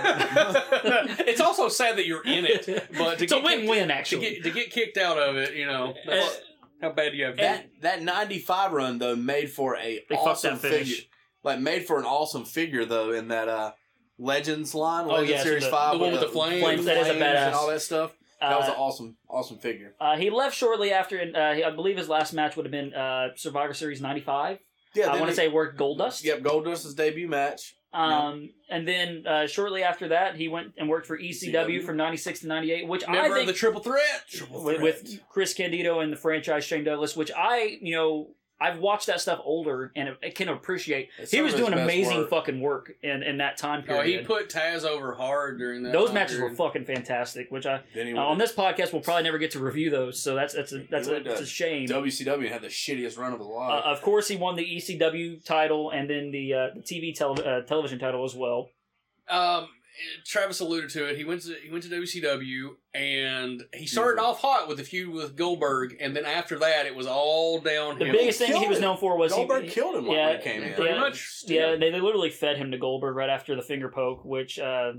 B: it's also sad that you're in it, but
A: it's
B: to
A: a
B: get kicked-
A: win-win,
B: to
A: actually.
B: get to get kicked out of it, you know, that's- how bad do you have
C: That that ninety five run though made for a
A: They fucked
C: awesome
A: that finish.
C: figure. Like made for an awesome figure though in that uh Legends line,
A: Oh,
C: Legends
A: yeah, so
C: Series
A: the-
C: Five,
B: the one with the flames.
A: That is a
C: and
A: badass.
C: all that stuff. That was
A: Uh,
C: an awesome, awesome figure.
A: uh, he left shortly after, and uh, I believe his last match would have been uh, Survivor Series 95.
C: Yeah,
A: I
C: then
A: want to
C: it-
A: say worked Goldust.
C: Yep, Goldust's debut match.
A: Um, And then uh, shortly after that, he went and worked for ECW
C: ECW.
A: from 96 to 98, which
B: Member
A: I think
B: of the triple threat.
A: with, with Chris Candido and the franchise Shane Douglas, which I, you know, I've watched that stuff older and I can appreciate.
C: It's
A: he
C: some
A: was
C: of his
A: doing
C: best
A: amazing
C: work.
A: fucking work in, in that time
B: Oh, he
A: period.
B: put Taz over hard during that.
A: those
B: time
A: matches were
B: period.
A: fucking fantastic, which I
C: Then he
A: uh, on
C: went
A: this podcast we'll probably never get to review those, so that's that's a that's a,
C: went to
A: that's a shame.
C: to WCW and had the shittiest run of his
A: Uh,
C: life.
A: of course, he won the ECW title and then the, uh, the TV tele- uh, television title as well.
B: Um, Travis alluded to it. He went to he went to WCW and he started off hot with the feud with Goldberg, and then after that it was all
A: The
B: downhill.
A: biggest thing he
C: killed
A: was
C: it.
A: known for was he-
C: Goldberg killed him when
A: yeah,
C: he came in.
A: yeah.
B: pretty much.
A: Yeah, they, they literally fed him to Goldberg right after the finger poke, which uh,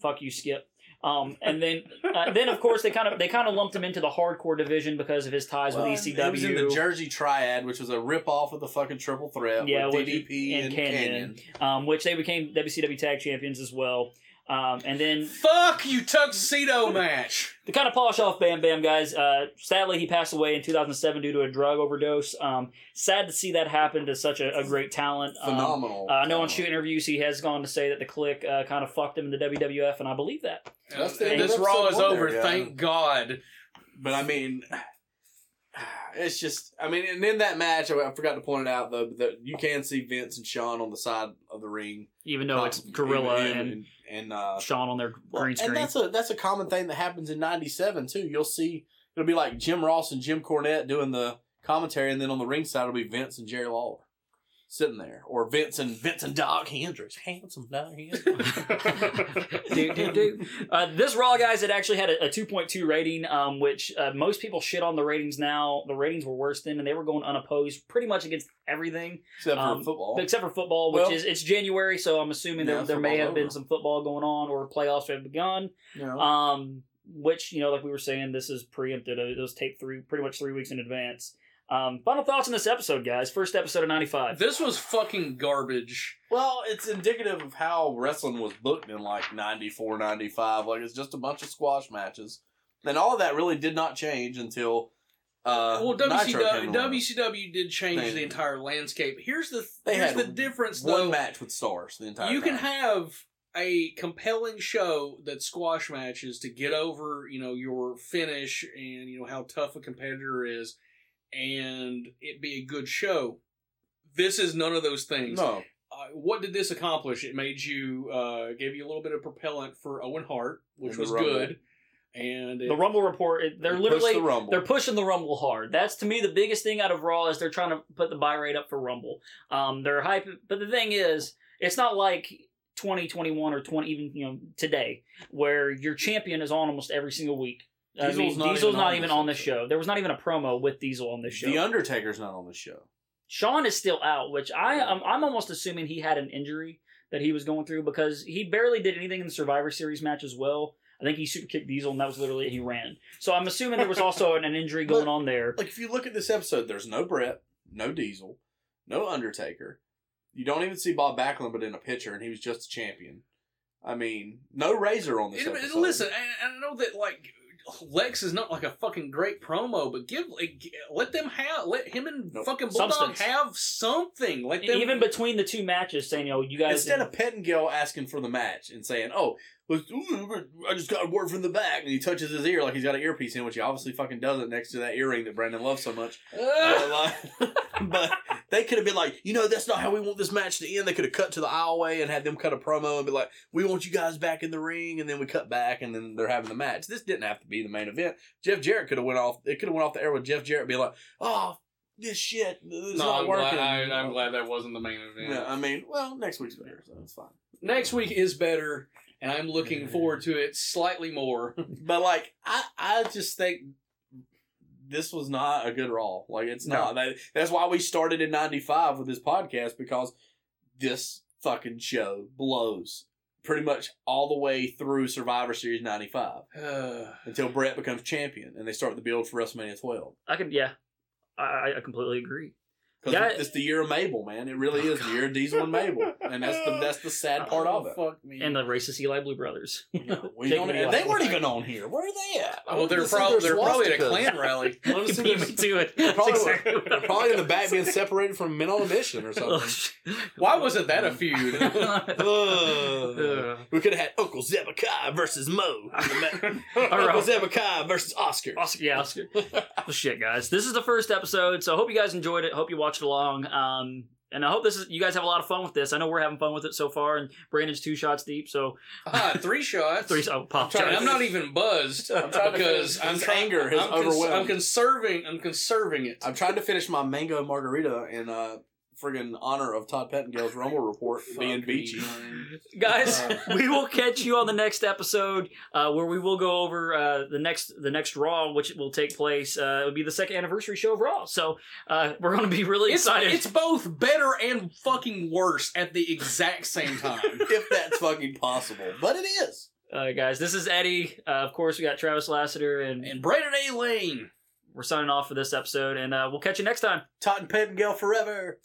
A: fuck you, Skip. Um, and then, uh, then of course they kind of they kind of lumped him into the hardcore division because of his ties
C: Well,
A: with E ECW.
C: He was in the Jersey Triad, which was a rip off of the fucking Triple Threat
A: Yeah,
C: with
A: with-
C: DDP
A: and
C: and,
A: Canyon.
C: Canyon.
A: um, which they became WCW tag champions as well. Um, and then
B: Fuck you, tuxedo match.
A: to kind of polish off Bam Bam, guys, uh, sadly he passed away in 2007 due to a drug overdose. Um, sad to see that happen to such a, a great talent. Um,
C: Phenomenal.
A: uh, I know on shoot interviews he has gone to say that the click uh, kind of fucked him in the WWF, and I believe that.
B: That's
C: That's
B: the
A: the
B: and
A: end of
B: this Raw
C: episode
B: is
C: one
B: over.
C: there, yeah.
B: Thank God.
C: But I mean, it's just. I mean, and in that match, I I forgot to point it out though but that you can see Vince and Sean on the side of the ring.
A: Even though it's
C: Um,
A: Gorilla
C: him
A: and,
C: and, and, uh,
A: Sean on their green screen.
C: And that's a that's a common thing that happens in '97 too. You'll see it'll be like Jim Ross and Jim Cornette doing the commentary, and then on the ring side will be Vince and Jerry Lawler sitting there, or Vince and Vince and Dog Hendricks, handsome Dog Hendricks.
A: do, do, do. Uh, this Raw, guys, it actually had a, a 2.2 rating, um, which uh, most people shit on the ratings now. The ratings were worse then, and they were going unopposed pretty much against everything
C: Except for
A: Um,
C: football.
A: except for football, which
C: Well-
A: is it's January, so I'm assuming
C: Yeah,
A: there, there may
C: football's
A: have been
C: over.
A: some football going on or playoffs have begun.
C: you
B: uh,
C: know?
A: Um, which you know, like we were saying, this is preempted. It was taped three, pretty much three weeks in advance. Um, final thoughts on this episode, guys. First episode of '95.
B: This was fucking garbage.
C: Well, it's indicative of how wrestling was booked in like 94, 95. Like, it's just a bunch of squash matches. And all of that really did not change until. Uh,
B: well,
C: Nitro came
B: WCW,
C: along.
B: WCW did change
C: They-
B: the entire landscape. Here's the
C: They
B: here's
C: had
B: the difference
C: One
B: though.
C: match with stars the entire
B: you
C: time.
B: can have a compelling show that squash matches to get over you know your finish and you know how tough a competitor is and it be a good show this is none of those things
C: No.
B: uh, what did this accomplish it made you uh gave you a little bit of propellant for owen hart which
C: And the
B: was
C: Rumble.
B: good and it,
A: The Rumble report. it- They're
C: Push
A: literally
C: the Rumble.
A: They're pushing the Rumble hard. That's to me the biggest thing out of Raw is they're trying to put the buy rate up for Rumble. Um, they're hype, but the thing is, it's not like 2021 or 20 even you know today where your champion is on almost every single week.
C: Diesel's
A: I mean,
C: not
A: Diesel's
C: even
A: not
C: on
A: even
C: this
A: on this
C: episode.
A: show. There was not even a promo with Diesel on this show.
C: The Undertaker's not on the show.
A: Sean is still out, which I I'm, I'm almost assuming he had an injury that he was going through because he barely did anything in the Survivor Series match as well. I think he super kicked Diesel, and that was literally it. He ran. So I'm assuming there was also an, an injury going
C: But-
A: on there.
C: Like, if you look at this episode, there's no Brett, no Diesel, no Undertaker. You don't even see Bob Backlund, but in a picture, and he was just a champion. I mean, no Razor on this
B: it-
C: episode.
B: listen I, I know that like lex is not like a fucking great promo but give like, let them have let him and
C: Nope.
B: fucking bulldog
A: Substance.
B: have something let them
A: even between the two matches, saying, "Yo, you guys."
C: Instead of Pettingill asking for the match and saying, "Oh, well, ooh, I just got a word from the back," and he touches his ear like he's got an earpiece in, which he obviously fucking doesn't next to that earring that Brandon loves so much. Uh, like- but they could have been like, you know, that's not how we want this match to end. They could have cut to the aisleway and had them cut a promo and be like, "We want you guys back in the ring," and then we cut back and then they're having the match. This didn't have to be the main event. Jeff Jarrett could have went off. It could have went off the air with Jeff Jarrett being like, "Oh, this shit, this is
B: no,
C: not
B: I'm
C: working."
B: glad, I, am glad that wasn't the main event.
C: Yeah, I mean, well, next week's better, so it's fine.
B: Next week is better, and I'm looking forward to it slightly more.
C: But like I, I just think this was not a good Raw. Like it's
B: No.
C: not. That, that's why we started in '95 with this podcast because this fucking show blows pretty much all the way through Survivor Series '95 until Brett becomes champion and they start the build for WrestleMania 12.
A: I can, yeah, I, I completely agree.
C: Because
A: Yeah.
C: it's the year of Mabel, man. It
B: Oh,
C: really is the year of Diesel and Mabel, and that's the that's the sad part of it.
B: Fuck me.
A: And the racist Eli Blue Brothers.
C: We
A: Take
C: don't-
A: me
C: and they
A: off.
C: weren't even on here. Where are they at?
B: oh, they're,
C: Let's see
B: prob-
C: their
B: they're probably at a
C: swastikas.
B: Klan rally.
A: Let me
C: see this-
A: to it.
C: They're
A: That's
C: probably,
A: exactly Oh, what
C: they're
A: I
C: probably in the
A: was
C: back being separated from men on a mission or
A: gonna
C: something.
A: say.
B: Why wasn't that a
A: Mm-hmm.
B: feud?
C: Ugh.
A: Ugh.
C: we could have had Uncle Zebekiah versus Mo.
A: All
C: Uncle
A: right.
C: Zebekiah versus Oscar.
A: Oscar, yeah, Oscar. well, shit, guys. This is the first episode, so I hope you guys enjoyed it. Hope you watched along. Um, and I hope this is you guys have a lot of fun with this. I know we're having fun with it so far, and Brandon's two shots deep, so
B: ah, three shots.
A: three. Oh, pop.
C: trying-
B: And I'm not even buzzed
C: I'm trying to
B: because
C: finish.
B: I'm
C: His
B: try-
C: anger has
B: I'm, cons-
C: overwhelmed.
B: I'm conserving. I'm conserving it.
C: I'm trying to finish my mango margarita in uh, friggin' honor of Todd Pettingill's Rumble report being
B: Fuck me,
C: beachy.
B: man.
A: guys
B: Uh,
A: we will catch you on the next episode uh, where we will go over uh, the next the next raw which will take place uh, it will be the second anniversary show of raw so uh, we're gonna be really
B: It's,
A: excited
B: it's both better and fucking worse at the exact same time.
C: If that's fucking possible, but it is.
A: uh, guys this is eddie uh, of course we got travis lassiter and,
B: and Brandon A. Lane.
A: we're signing off for this episode and uh, we'll catch you next time
C: Todd Pettingill forever.